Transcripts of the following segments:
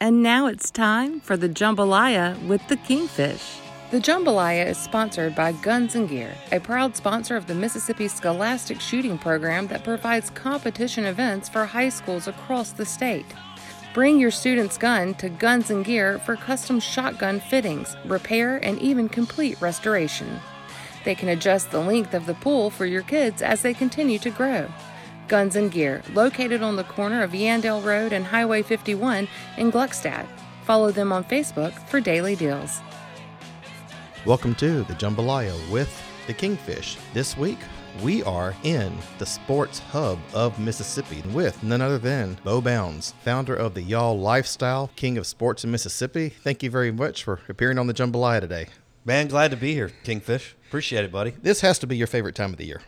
And now it's time for the jambalaya with the kingfish. The jambalaya is sponsored by Guns and Gear, a proud sponsor of the Mississippi Scholastic Shooting Program that provides competition events for high schools across the state. Bring your student's gun to Guns and Gear for custom shotgun fittings, repair, and even complete restoration. They can adjust the length of the pool for your kids as they continue to grow. Guns and Gear, located on the corner of Yandell Road and Highway 51 in Gluckstadt. Follow them on Facebook for daily deals. Welcome to the Jambalaya with the Kingfish. This week, we are in the sports hub of Mississippi with none other than Bo Bounds, founder of the Y'all Lifestyle, King of Sports in Mississippi. Thank you very much for appearing on the Jambalaya today. Man, glad to be here, Kingfish. Appreciate it, buddy. This has to be your favorite time of the year.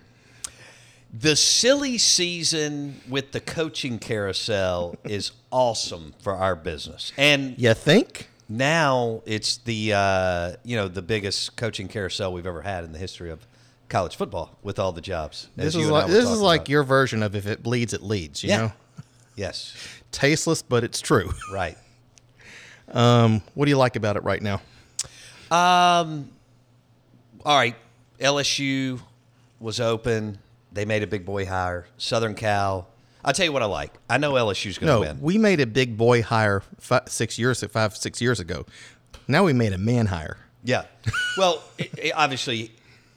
The silly season with the coaching carousel is awesome for our business. And You think? now it's the uh, you know the biggest coaching carousel we've ever had in the history of college football with all the jobs. as This you is and I like, were this is talking like about. your version of if it bleeds, it leads, you Yeah. know? yes, Tasteless, but it's true. right. what do you like about it right now? All right, LSU was open. They made a big boy hire. Southern Cal. I'll tell you what I like. I know LSU's going to No, win. we made a big boy hire five, six years, five, six years ago. Now we made a man hire. Yeah. Well, it, it- obviously,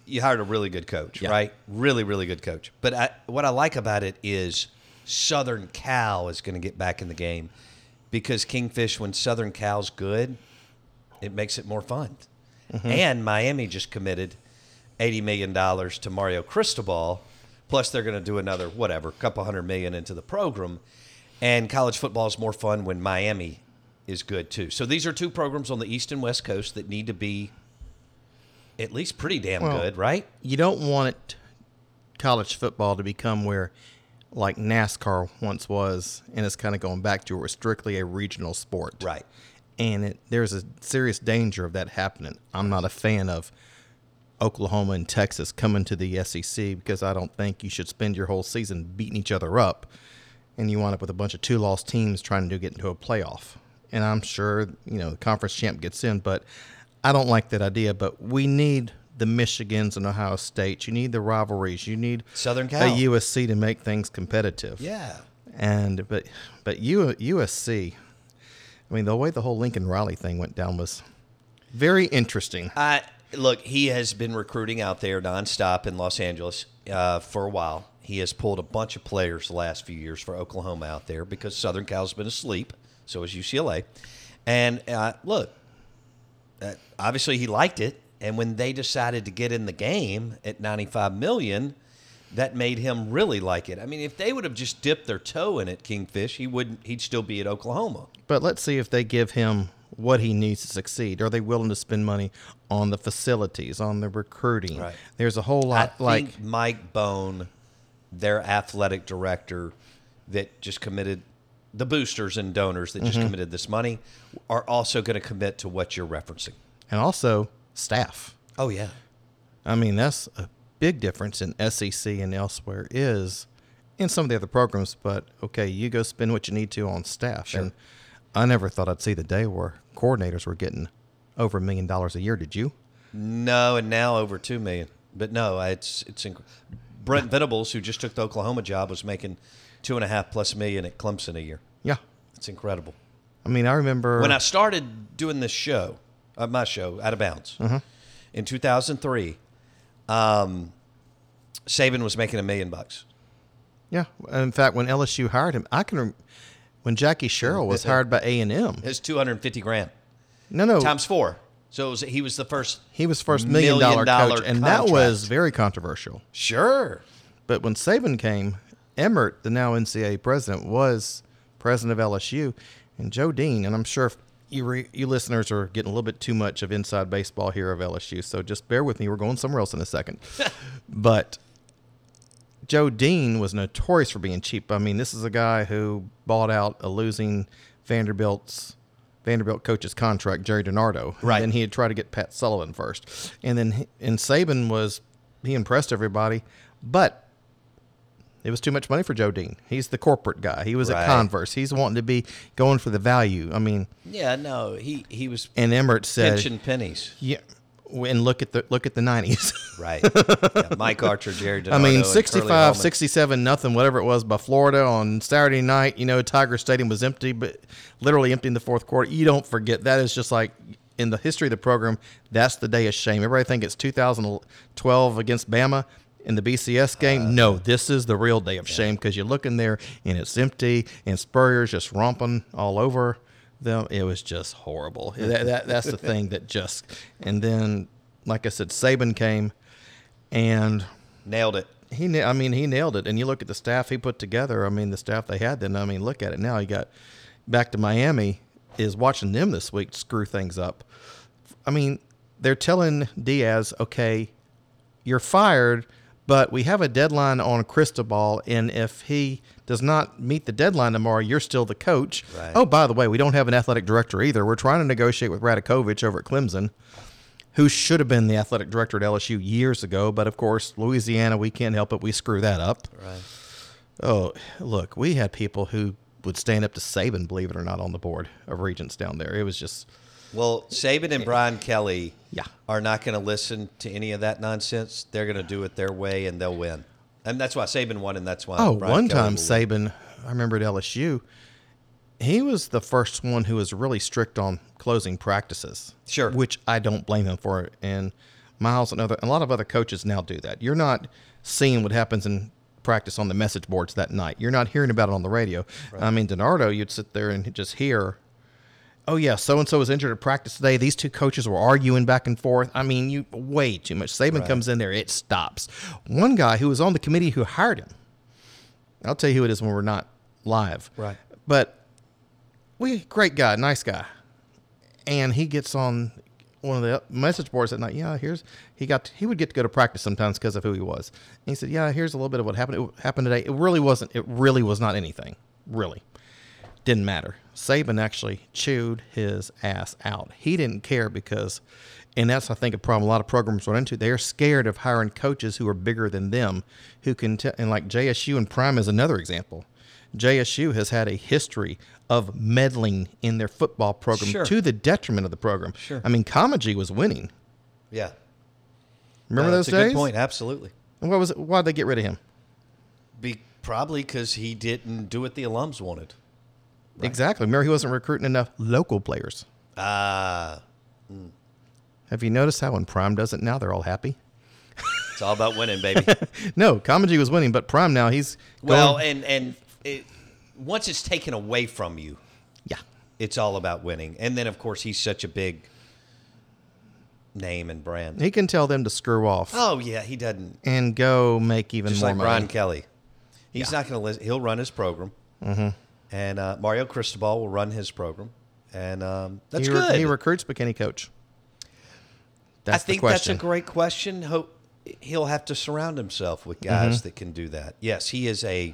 you hired a really good coach, Yeah. right? Really, really good coach. But I, what I like about it is Southern Cal is going to get back in the game because Kingfish, when Southern Cal's good, it makes it more fun. And Miami just committed eighty million dollars to Mario Cristobal. Plus, they're going to do another whatever, couple hundred million into the program. And college football is more fun when Miami is good too. So these are two programs on the East and West Coast that need to be at least pretty damn good, right? You don't want college football to become where, like NASCAR once was, and it's kind of going back to where it's strictly a regional sport. Right. And it, there's a serious danger of that happening. I'm not a fan of Oklahoma and Texas coming to the SEC because I don't think you should spend your whole season beating each other up and you wind up with a bunch of two loss teams trying to get into a playoff. And I'm sure, you know, the conference champ gets in, but I don't like that idea. But we need the Michigans and Ohio States. You need the rivalries. You need Southern a Cal. USC to make things competitive. Yeah. And but but U, USC, I mean, the way the whole Lincoln Riley thing went down was very interesting. I look. He has been recruiting out there nonstop in Los Angeles uh, for a while. He has pulled a bunch of players the last few years for Oklahoma out there because Southern Cal's been asleep. So has UCLA. And uh, look, uh, obviously he liked it. And when they decided to get in the game at 95 million, that made him really like it. I mean, if they would have just dipped their toe in it, Kingfish, he wouldn't. He'd still be at Oklahoma. But let's see if they give him what he needs to succeed. Are they willing to spend money on the facilities, on the recruiting? Right. There's a whole I lot like think Mike Bone, their athletic director, that just committed the boosters and donors that just committed this money are also going to commit to what you're referencing. and also staff. Oh yeah, I mean, that's a big difference in SEC and elsewhere is in some of the other programs, but okay, you go spend what you need to on staff. And I never thought I'd see the day where coordinators were getting over a million dollars a year, did you? no, and now over two million. But no, I- it's it's inc- Brent Venables, who just took the Oklahoma job, was making two and a half plus million at Clemson a year. Yeah. It's incredible. I mean, I remember When I started doing this show, uh, my show, Out of Bounds, Mm-hmm. in 2003, um, Saban was making a million bucks. Yeah. In fact, when LSU hired him, I can rem- when Jackie Sherrill was hired by A and M. It's 250 grand No, no, times four. So it was, he was the first. he was first million dollar million dollar coach, and that was contract. very controversial. Sure. But when Saban came, Emmert, the now NCAA president, was president of LSU, and Joe Dean. And I'm sure if you re- you listeners are getting a little bit too much of inside baseball here of LSU, so just bear with me. We're going somewhere else in a second, but. Joe Dean was notorious for being cheap. I mean, this is a guy who bought out a losing Vanderbilt's Vanderbilt coach's contract, Jerry DiNardo. Right. And then he had tried to get Pat Sullivan first, and then and Saban was he impressed everybody, but It was too much money for Joe Dean. He's the corporate guy. He was Right. at Converse. He's wanting to be going for the value. I mean, Yeah, no, he he was and Emmert said, pinching pennies. "Yeah." And look at the look at the nineties. Right. Yeah, Mike Archer, Jerry I DiNardo, mean, and Curly 65, Holman. 67, nothing, whatever it was, by Florida on Saturday night. You know, Tiger Stadium was empty, but literally empty in the fourth quarter. You don't forget that is just like in the history of the program. That's the day of shame. Everybody think it's 2012 against Bama in the BCS game. Uh, no, this is the real day of shame because you look in there and it's empty, and Spurrier's just romping all over them. It was just horrible. that, that that's the thing that just. And then, like I said, Saban came. And Nailed it. he, na- I mean, he nailed it. And you look at the staff he put together. I mean, the staff they had then. I mean, look at it now. You got back to Miami is watching them this week screw things up. I mean, they're telling Diaz, okay, you're fired, but we have a deadline on Cristobal, and if he does not meet the deadline tomorrow, you're still the coach. Right. Oh, by the way, we don't have an athletic director either. We're trying to negotiate with Radakovich over at Clemson who should have been the athletic director at LSU years ago, but of course, Louisiana, we can't help it. We screw that up. Right. Oh, look, we had people who would stand up to Saban, believe it or not, on the board of regents down there. It was just, Well, Saban and Brian Kelly Yeah. are not going to listen to any of that nonsense. They're going to do it their way and they'll win. And that's why Saban won and that's why oh, Brian one Kelly time will win. Saban, I remember at LSU, he was the first one who was really strict on closing practices. Sure. Which I don't blame him for. And Miles and other, a lot of other coaches now do that. You're not seeing what happens in practice on the message boards that night. You're not hearing about it on the radio. I mean, Donardo, you'd sit there and just hear, oh, yeah, so and so was injured at practice today. These two coaches were arguing back and forth. I mean, you way too much. Saban comes in there, it stops. One guy who was on the committee who hired him, I'll tell you who it is when we're not live. Right. But we great guy, nice guy, and he gets on one of the message boards at night. Yeah, here's he got he would get to go to practice sometimes because of who he was. And he said, yeah, here's a little bit of what happened. It happened today. It really wasn't. It really was not anything. Really, didn't matter. Saban actually chewed his ass out. He didn't care because, and that's I think a problem a lot of programs run into. They're scared of hiring coaches who are bigger than them, who can tell. And like JSU and Prime is another example. JSU has had a history of meddling in their football program Sure. to the detriment of the program. Sure. I mean, Comedy was winning. Yeah. Remember No, those that's days? a good point. Absolutely. And what was it? Why'd they get rid of him? Be, probably because he didn't do what the alums wanted. Exactly. Remember, he wasn't recruiting enough local players. Ah, Have you noticed how when Prime does it now, they're all happy? it's all about winning, baby. No, Comedy was winning, but Prime now he's going, well, and and it, once it's taken away from you, yeah, it's all about winning. And then, of course, he's such a big name and brand. he can tell them to screw off oh yeah, he doesn't. and go make even Just more like money. Brian Kelly, he's not going to listen. He'll run his program, mm-hmm. and uh, Mario Cristobal will run his program, and um, that's he, re- good. he recruits, but can he coach? I That's the think that's a question. great question. Ho- He'll have to surround himself with guys Mm-hmm. that can do that. Yes, he is a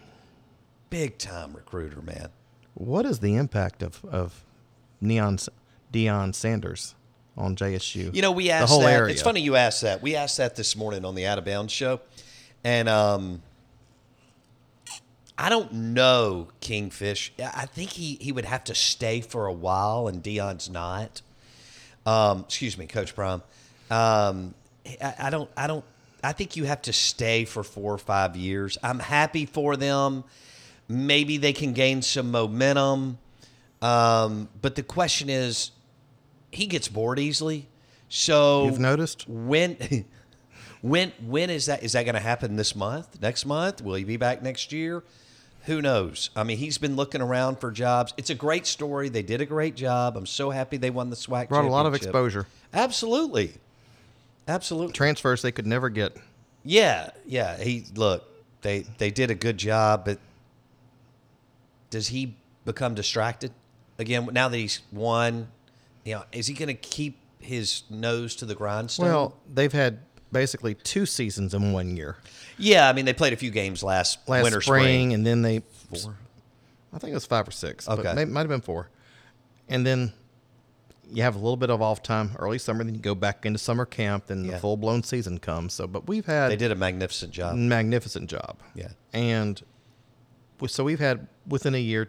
big time recruiter, man. What is the impact of of Neon S- Deion Sanders on JSU? You know, we asked the whole that. area. It's funny you asked that. We asked that this morning on the Out of Bounds show, and um, I don't know Kingfish. I I think he he would have to stay for a while, and Dion's not. Um, excuse me, Coach Prime. Um, I, I don't. I don't. I think you have to stay for four or five years. I'm happy for them. Maybe they can gain some momentum. Um, but the question is, he gets bored easily. So You've noticed? when, when, when is that? Is that going to happen this month? Next month? Will he be back next year? Who knows? I mean, he's been looking around for jobs. It's a great story. They did a great job. I'm so happy they won the SWAC. Brought a lot of championship. exposure. Absolutely, absolutely. Transfers they could never get. Yeah, yeah. He look, they they did a good job, but does he become distracted again now that he's won? You know, is he going to keep his nose to the grindstone? Well, they've had basically two seasons in one year. yeah. I mean, they played a few games last, Last winter, spring, spring. and then they I think it was five or six. Okay. But may- might have been four. And then you have a little bit of off time early summer, then you go back into summer camp, then the Yeah. full blown season comes. So, but we've had They did a magnificent Mm. job. magnificent job. Yeah. And we- so we've had within a year,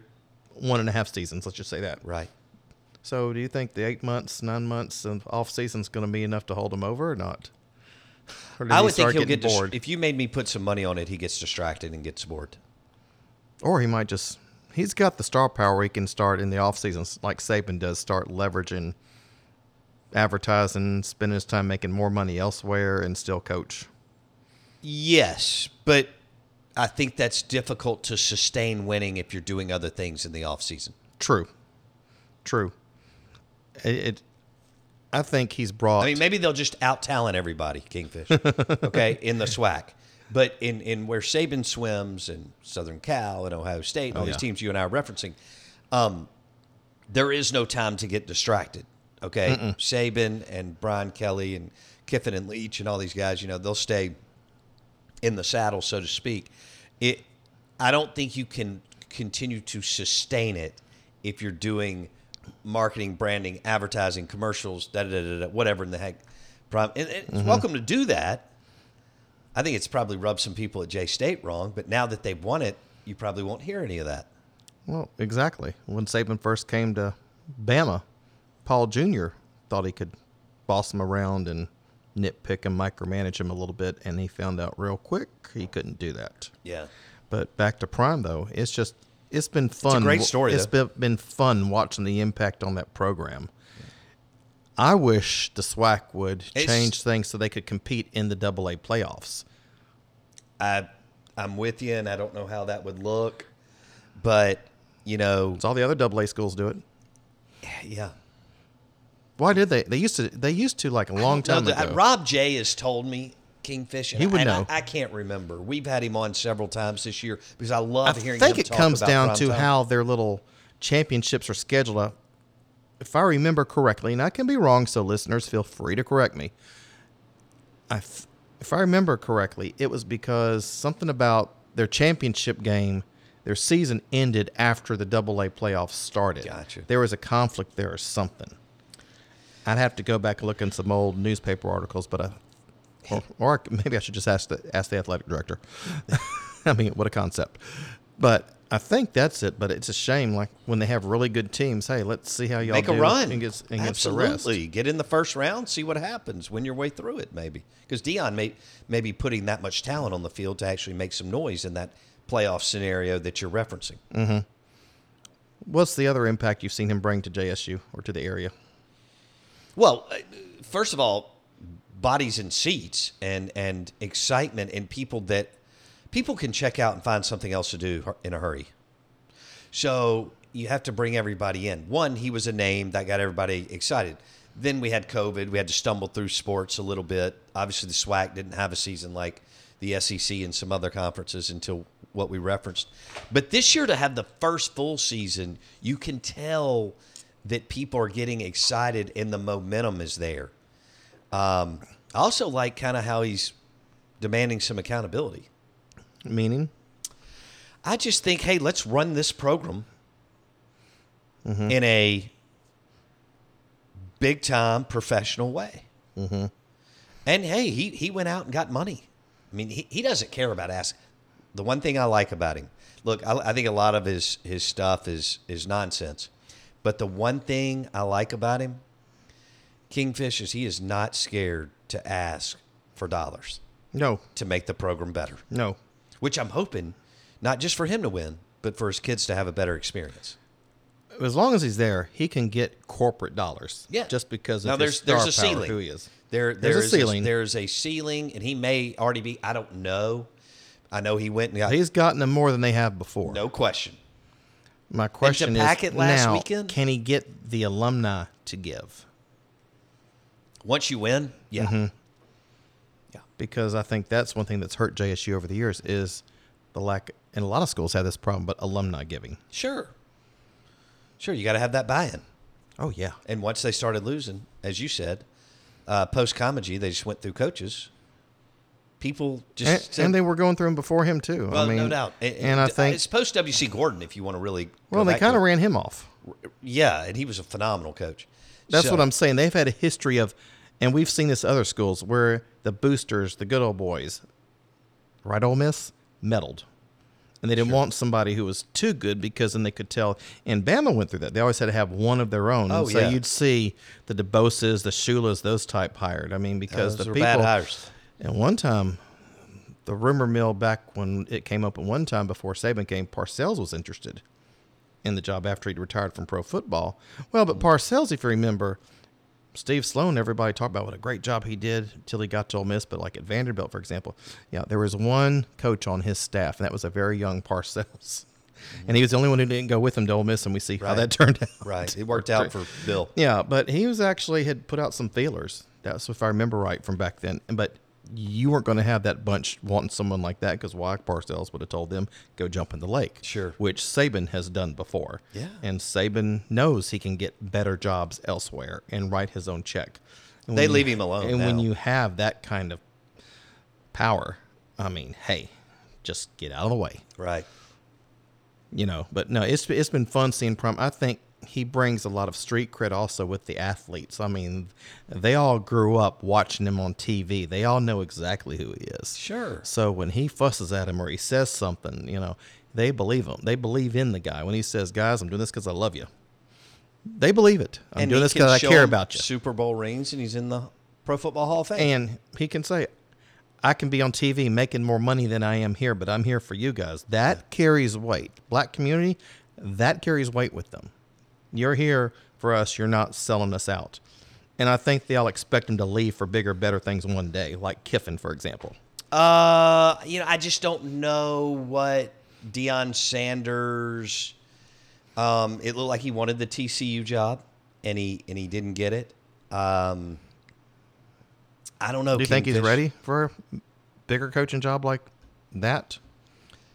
one and a half seasons. Let's just say that. Right. So do you think the eight months, nine months of off season is going to be enough to hold him over or not? Or did I he would think start he'll getting get dis- bored, if you made me put some money on it, he gets distracted and gets bored. or he might just. He's got the star power. He can start in the off season, like Saban does, start leveraging, advertising, spending his time making more money elsewhere, and still coach. Yes, but I think that's difficult to sustain winning if you're doing other things in the off season. True. True. It, it I think he's brought I mean, maybe they'll just out talent everybody, Kingfish. Okay, in the SWAC, but in in where Saban swims and Southern Cal and Ohio State and all yeah. these teams you and I are referencing, um, there is no time to get distracted. Okay, Saban and Brian Kelly and Kiffin and Leach and all these guys, you know, they'll stay in the saddle, so to speak. It, I don't think you can continue to sustain it if you're doing marketing, branding, advertising, commercials, da da da da, whatever in the heck. Prom- And, and it's welcome to do that. I think it's probably rubbed some people at J State wrong, but now that they've won it, you probably won't hear any of that. Well, exactly. When Saban first came to Bama, Paul Jr. thought he could boss him around and nitpick and micromanage him a little bit, and he found out real quick he couldn't do that. Yeah. But back to Prime though, it's just it's been fun. great story, It's though. been, been fun watching the impact on that program. I wish the SWAC would It's- change things so they could compete in the AA playoffs. I, I'm with you, and I don't know how that would look, but you know, So all the other AA schools do it. yeah. Why did they? They used to. They used to like a long No, time the- uh, ago. Rob J has told me Kingfish. And He would and I, know. I, can't remember. We've had him on several times this year because I love I hearing. think him it talk comes about down prime to time. how their little championships are scheduled. up. If I remember correctly, and I can be wrong, so listeners feel free to correct me. I, th- if I remember correctly, it was because something about their championship game, their season ended after the Double A playoffs started. Gotcha. There was a conflict there or something. I'd have to go back and look in some old newspaper articles, but I, or, or I c- maybe I should just ask the ask the athletic director. I mean, what a concept! But I think that's it. But it's a shame, like when they have really good teams. Hey, let's see how y'all make a do run and gets and gets the rest. absolutely get in the first round, see what happens, win your way through it maybe because Dion may may be putting that much talent on the field to actually make some noise in that playoff scenario that you're referencing. What's the other impact you've seen him bring to JSU or to the area? Well, uh, first of all, bodies in seats and and excitement and people that people can check out and find something else to do hu- in a hurry. So you have to bring everybody in. One, he was a name that got everybody excited. Then we had COVID. We had to stumble through sports a little bit. Obviously, the SWAC didn't have a season like the SEC and some other conferences until what we referenced. But this year, to have the first full season, you can tell that people are getting excited and the momentum is there. Um, I also like kind of how he's demanding some accountability. Meaning, I just think, hey, let's run this program in a big time professional way. And hey, he, he went out and got money. I mean, he, he doesn't care about ass. The one thing I like about him, look, I, I think a lot of his, his stuff is, is nonsense. But the one thing I like about him, Kingfish, is he is not scared to ask for dollars no, to make the program better no. which I'm hoping not just for him to win, but for his kids to have a better experience. As long as he's there, he can get corporate dollars. Yeah. just because of Now, his there's- there's star a power, ceiling. Who he is? There's There, a there's ceiling. there's a ceiling, and he may already be. I don't know. I know he went and got He's gotten them more than they have before. no question. My question pack is it last now, weekend? can he get the alumni to give? Once you win, yeah, Mm-hmm. Because I think that's one thing that's hurt JSU over the years is the lack, and a lot of schools have this problem, but alumni giving. sure, sure. You got to have that buy-in. Oh yeah, And once they started losing, as you said, uh, post comedy, they just went through coaches. People just and, said, and they were going through him before him too. well, I mean, no doubt. and I think it's post WC Gordon. If you want to really, go well, they back to kind it. of ran him off. Yeah, and he was a phenomenal coach. That's So- what I'm saying. They've had a history of, and we've seen this at other schools where the boosters, the good old boys, right, Ole Miss, meddled. And they didn't want somebody who was too good because then they could tell. And Bama went through that. They always had to have one of their own. Oh, and so yeah. you'd see the DeBoses, the Shulas, those type hired. I mean, because Those the were people. bad hires. And one time, the rumor mill back when it came up at one time before Saban came, Parcells was interested in the job after he'd retired from pro football. Well, but Parcells, if you remember, Steve Sloan, everybody talked about what a great job he did until he got to Ole Miss, but like at Vanderbilt, for example, yeah, there was one coach on his staff, and that was a very young Parcells. And he was the only one who didn't go with him to Ole Miss, and we see how Mm-hmm. Right. that turned out. Right. It worked out for Bill. Yeah, but he was actually had put out some feelers. That's if I remember right from back then. But you weren't going to have that bunch wanting someone like that because why Parcells would have told them go jump in the lake. Sure. Which Saban has done before. Yeah. And Saban knows he can get better jobs elsewhere and write his own check. And They when leave him alone And when now. you have that kind of power, I mean, hey, just get out of the way Right. you know, but no, it's it's been fun seeing Prom. I think he brings a lot of street cred also with the athletes. I mean, they all grew up watching him on TV. They all know exactly who he is. Sure. So when he fusses at him or he says something, you know, they believe him. They believe in the guy. When he says, "Guys, I'm doing this because I love you," they believe it. I'm doing he this can because I show care him about you. Super Bowl rings, and he's in the Pro Football Hall of Fame. and he can say, "I can be on TV making more money than I am here, but I'm here for you guys." That carries weight. Black community, that carries weight with them. You're here for us. You're not selling us out. And I think they all expect him to leave for bigger, better things one day, like Kiffin, for example. Uh, you know, I just don't know what Deion Sanders. Um, it looked like he wanted the TCU job, and he and he didn't get it. Um, I don't know. Do you think he's Kingfish. ready for a bigger coaching job like that?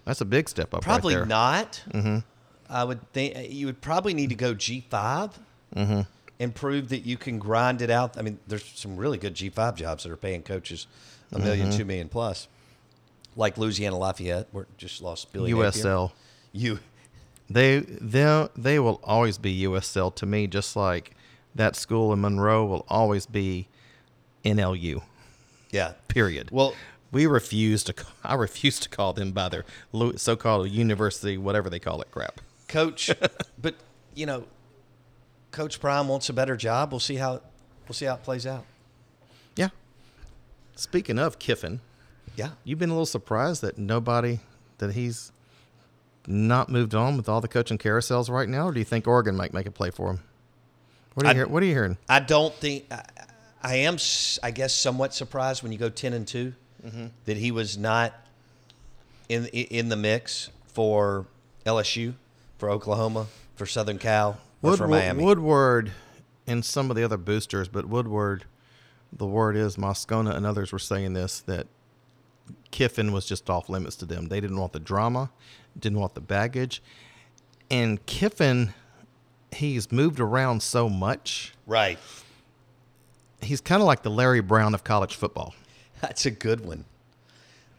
That's a big step up. right Probably there. Mm-hmm. not. I would think uh, you would probably need to go G 5 Mm-hmm. and prove that you can grind it out. I mean, there's some really good G five jobs that are paying coaches a 1000000 Mm-hmm. two million plus, like Louisiana Lafayette, where just lost Billy Napier. USL. You They they they will always be USL to me, just like that school in Monroe will always be NLU. Yeah. Period. Well, we refuse to. ca- I refuse to call them by their lo- so-called university, whatever they call it, crap. coach, but you know, Coach Prime wants a better job. We'll see how we'll see how it plays out. Yeah. Speaking of Kiffin, Yeah. you've been a little surprised that nobody that he's not moved on with all the coaching carousels right now, or do you think Oregon might make a play for him? What are you, I- hear, what are you hearing? I don't think I, I am. s- I guess somewhat surprised when you go ten and 2 that he was not in i- in the mix for LSU, for Oklahoma, for Southern Cal, or for Woodward, Miami. Woodward and some of the other boosters, but Woodward, the word is Moscona and others were saying this that Kiffin was just off limits to them. They didn't want the drama, didn't want the baggage. And Kiffin, he's moved around so much. Right. He's kind of like the Larry Brown of college football. That's a good one.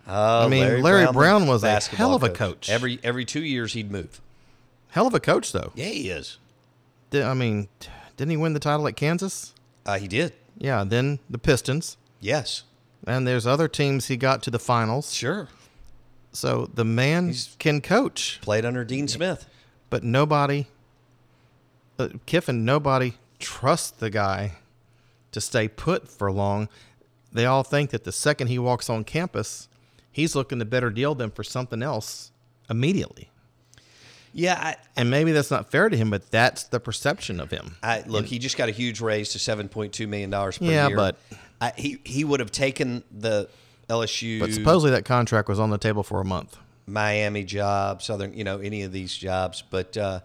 I mean, Larry, Brown, was a basketball hell of a coach. Every every two years he'd move. hell of a coach, though. Yeah, he is. Di- I mean, t- didn't he win the title at Kansas? Uh, he did. Yeah, then the Pistons. Yes. And there's other teams he got to the finals. Sure. So the man can coach, Played under Dean Smith. but nobody, uh, Kiffin, nobody trusts the guy to stay put for long. They all think that the second he walks on campus, he's looking to better deal them for something else immediately. Yeah. And maybe that's not fair to him, but that's the perception of him. I, I look. He just got a huge raise to seven point two million dollars per Yeah, year. but- I, he he would have taken the LSU, But supposedly that contract was on the table for a month. Miami job, Southern, you know, any of these jobs. But uh,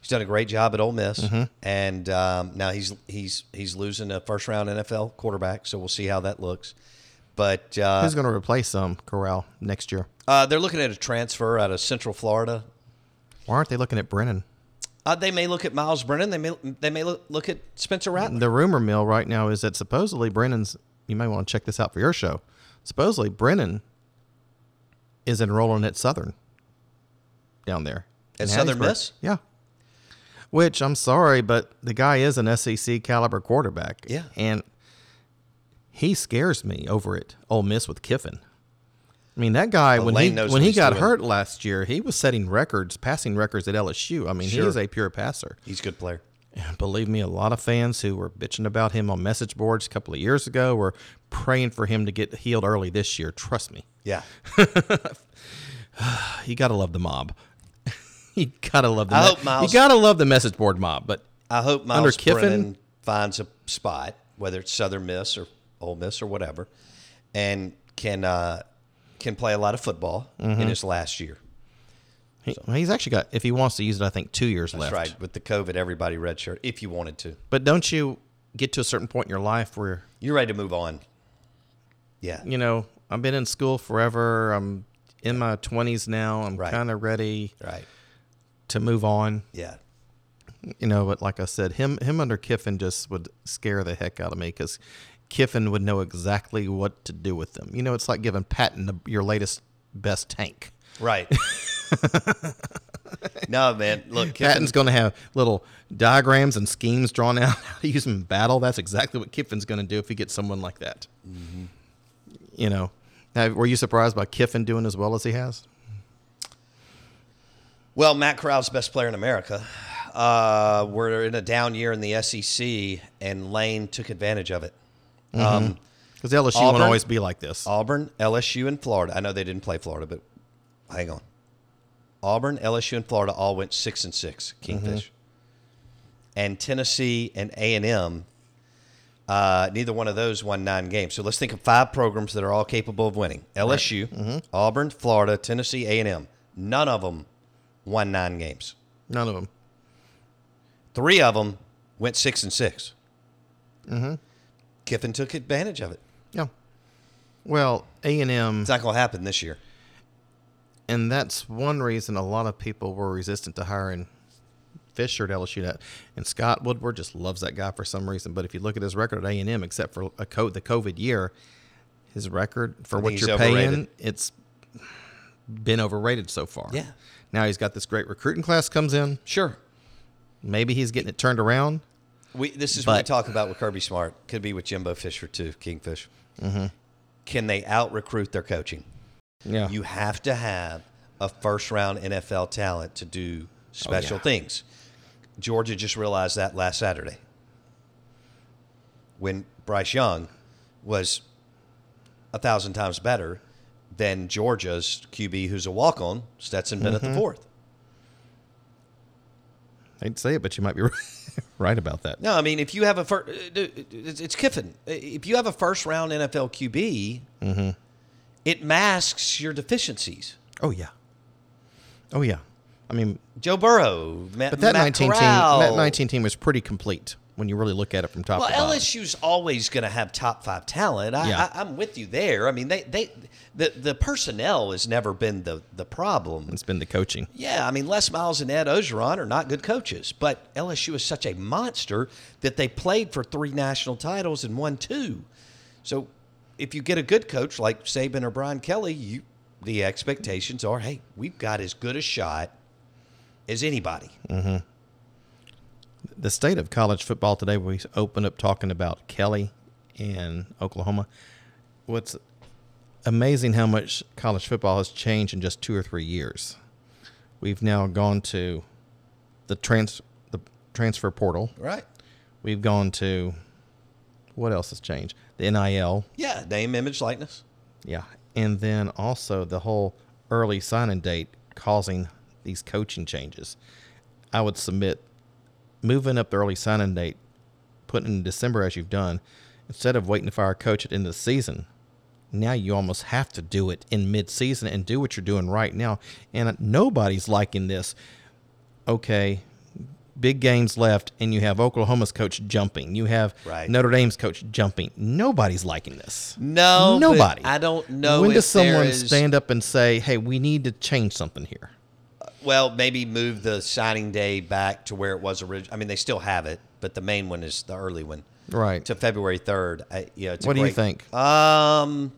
he's done a great job at Ole Miss, Mm-hmm. and um, now he's he's he's losing a first round NFL quarterback. So we'll see how that looks. But uh, Who's going to replace um, Corral next year? uh, they're looking at a transfer out of Central Florida. Why aren't they looking at Brennan? Uh, they may look at Miles Brennan. They may they may look, look at Spencer Rattler. the rumor mill right now is that supposedly Brennan's. You may want to check this out for your show. Supposedly Brennan is enrolling at Southern down there At in Southern Hattiesburg. Miss? Yeah. Which I'm sorry, but the guy is an SEC caliber quarterback. Yeah. And he scares me over it. Ole Miss with Kiffin. I mean, that guy, Well, when Lane he, knows when what he he's got doing. hurt last year, he was setting records, passing records at LSU. I mean, he Sure. is a pure passer. He's a good player. And believe me, a lot of fans who were bitching about him on message boards a couple of years ago were praying for him to get healed early this year. Trust me. Yeah. You gotta love the mob. you gotta love the I mo- hope Miles- You gotta love the message board mob, but I hope Miles Under Kiffin? Brennan finds a spot, whether it's Southern Miss or Ole Miss or whatever, and can uh, can play a lot of football in Mm-hmm. his last year. he, he's actually got if he wants to use it, I think two years That's left. right. With the COVID, everybody redshirt if you wanted to. But don't you get to a certain point in your life where You're ready to move on. Yeah. you know, I've been in school forever, I'm in my twenties now, I'm Right. kinda ready Right. to move on. Yeah. You know, but like I said, him him under Kiffin just would scare the heck out of me because Kiffin would know exactly what to do with them. You know, it's like giving Patton the, your latest best tank. Right. no, man. Look, Kiffin, Patton's going to have little diagrams and schemes drawn out how to use them in battle. That's exactly what Kiffin's going to do if he gets someone like that. Mm-hmm. You know, now, were you surprised by Kiffin doing as well as he has? Well, Matt Corral's the best player in America. Uh, we're in a down year in the SEC, and Lane took advantage of it. Mm-hmm. Um, Because LSU Auburn? won't always be like this. Auburn, LSU, and Florida. I know they didn't play Florida, but hang on. Auburn, LSU, and Florida all went six and six. Kingfish, and Tennessee and A and M. Uh, neither one of those won nine games. So let's think of five programs that are all capable of winning: LSU, Auburn, Florida, Tennessee, A and M. None of them won nine games. None of them. Three of them went six and 6 Mm-hmm. Kiffin took advantage of it. Yeah. Well, A and M, It's not going to happen this year. and that's one reason a lot of people were resistant to hiring Fisher at LSU. That and Scott Woodward just loves that guy for some reason. But if you look at his record at A and M, except for a co- the COVID year, his record for think what he's you're overrated. paying, it's been overrated so far. Yeah. Now he's got this great recruiting class comes in. Sure. Maybe he's getting it turned around. We, this is what we But- talk about with Kirby Smart. Could be with Jimbo Fisher, too, Kingfish. Mm-hmm. Can they out recruit their coaching? Yeah. You have to have a first round NFL talent to do special Oh, yeah. things. Georgia just realized that last Saturday when Bryce Young was a thousand times better than Georgia's QB, who's a walk on, Stetson Bennett Mm-hmm. the fourth. I'd say it, but you might be right about that. No, I mean, if you have a first, it's it's Kiffin. Uh, If you have a first round NFL QB, Mm-hmm. it masks your deficiencies. Oh yeah. Oh yeah. I mean, Joe Burrow, Matt, But that Matt 19 Corral. team, that 19 team was pretty complete when you really look at it from top to Well, bottom. LSU's always going to have top five talent. I, Yeah. I, I'm with you there. I mean, they, they the the personnel has never been the the problem. It's been the coaching. Yeah, I mean, Les Miles and Ed Ogeron are not good coaches, but LSU is such a monster that they played for three national titles and won two. So if you get a good coach like Saban or Brian Kelly, you the expectations are, hey, we've got as good a shot as anybody. The state of college football today. We opened up talking about Kelly and Oklahoma. What's amazing how much college football has changed in just two or three years. We've now gone to the trans the transfer portal. Right. We've gone to what else has changed? The NIL. Yeah, name, image, likeness. Yeah. And then also the whole early signing date causing these coaching changes. I would submit moving up the early signing date, putting in December as you've done, instead of waiting to fire a coach at the end of the season, now you almost have to do it in mid season and do what you're doing right now. And nobody's liking this. Okay, big games left, and you have Oklahoma's coach jumping. You have Right. Notre Dame's coach jumping. Nobody's liking this. No, but nobody. I don't know When if does someone there is- stand up and say, "Hey, we need to change something here"? Well, maybe move the signing day back to where it was originally. I mean, they still have it, but the main one is the early one. Right. uh, to February third. I, you know, it's a What do you great- think? Um,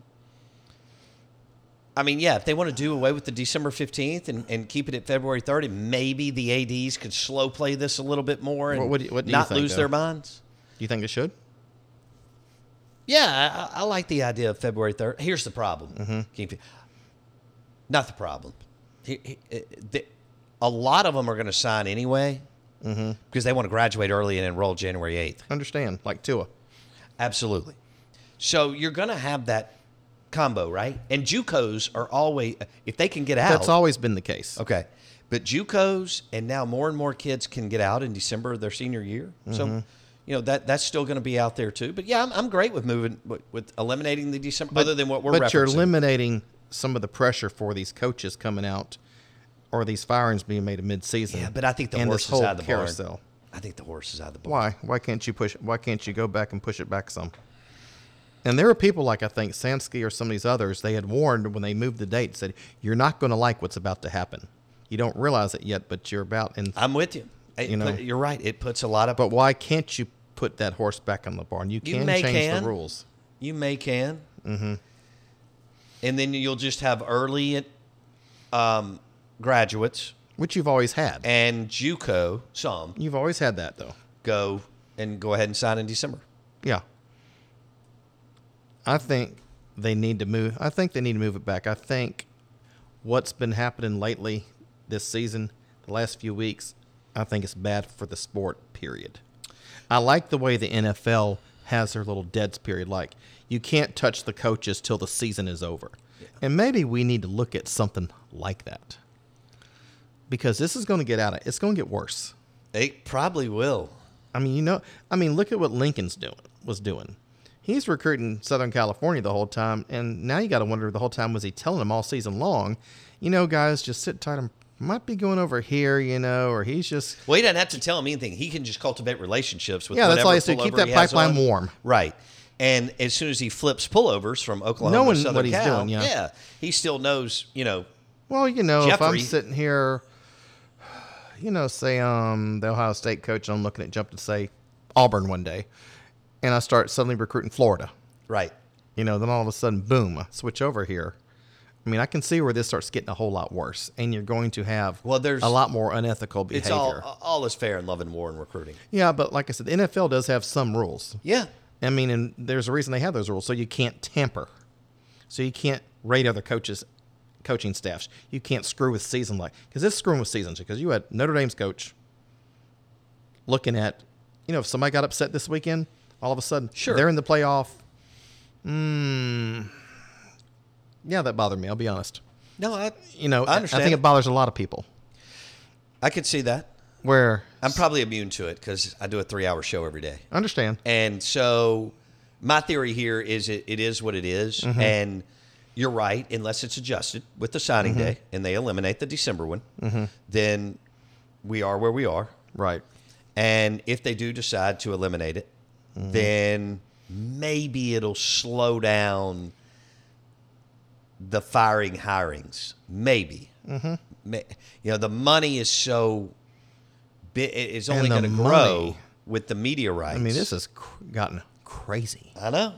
I mean, yeah, if they want to do away with the December 15th and, and keep it at February 30, maybe the ADs could slow play this a little bit more and What- what do you- what do you not think, lose though? their minds. You think it should? Yeah, I, I like the idea of February 3rd. Here's the problem. Mm-hmm. Keep- Not the problem. He- he- eh, the- a lot of them are going to sign anyway Mm-hmm. because they want to graduate early and enroll January 8th. Understand? Like Tua. Absolutely. So you're going to have that combo, right? And JUCOs are always, if they can get out. That's always been the case. Okay. But JUCOs and now more and more kids can get out in December of their senior year. Mm-hmm. So, you know, that that's still going to be out there too. But yeah, I'm, I'm great with moving with, with eliminating the December other than what we're but you're referencing. eliminating some of the pressure for these coaches coming out or these firings being made at midseason. yeah, but I think the and horse this whole is out of the carousel. barn. I think the horse is out of the barn. Why? Why can't you push? Why can't you go back and push it back some? And there are people like I think Sansky or some of these others. They had warned when they moved the date, said you're not going to like what's about to happen. You don't realize it yet, but you're about. And I'm with you. It You know. put- you're right. It puts a lot of but why can't you put that horse back in the barn? You You can may change can. the rules. You may can. Mm-hmm. And then you'll just have early um, graduates Which you've always had. and JUCO some you've always had that though. go and go ahead and sign in December. Yeah. I think they need to move. I think they need to move it back. I think what's been happening lately this season, the last few weeks, I think it's bad for the sport, period. I like the way the NFL has their little deads period. Like, you can't touch the coaches till the season is over. And maybe we need to look at something like that. Because this is going to get out of it's going to get worse. It probably will. I mean, you know, I mean, look at what Lincoln's doing was doing. He's recruiting Southern California the whole time, and now you got to wonder the whole time was he telling them all season long, you know, guys, just sit tight. I might be going over here, you know, or he's just Well, he doesn't have to tell him anything. He can just cultivate relationships with Yeah, that's all whatever he has to do. Keep pullover that he has pipeline on. warm. Right. And as soon as he flips pullovers from Oklahoma Knowing to Southern what he's Cal, doing, yeah. he still knows, you know, well, you know, if I'm Jeffrey. sitting here, you know, say um the Ohio State coach, I'm looking at jump to say Auburn one day, and I start suddenly recruiting Florida. right. You know, then all of a sudden, boom, I switch over here. I mean, I can see where this starts getting a whole lot worse, and you're going to have Well, there's- a lot more unethical behavior. It's all all is fair in love and war and recruiting. yeah, but like I said, the NFL does have some rules. Yeah. I mean, and there's a reason they have those rules. So you can't tamper. So you can't rate other coaches, coaching staffs. You can't screw with season like because it's screwing with seasons because you had Notre Dame's coach looking at, you know, if somebody got upset this weekend, all of a sudden Sure. they're in the playoff. Hmm. Yeah, that bothered me. I'll be honest. No, I You know, I I, understand. think it bothers a lot of people. I could see that. Where I'm probably immune to it because I do a three hour show every day. I understand. And so my theory here is it, it is what it is, And you're right, unless it's adjusted with the signing day and they eliminate the December one, then we are where we are. Right. And if they do decide to eliminate it, Mm-hmm. then maybe it'll slow down the firing hirings. Maybe. Mm-hmm. You know, the money is so big, it's only the going to grow money. with the media rights. I mean, this has cr- gotten crazy. I know.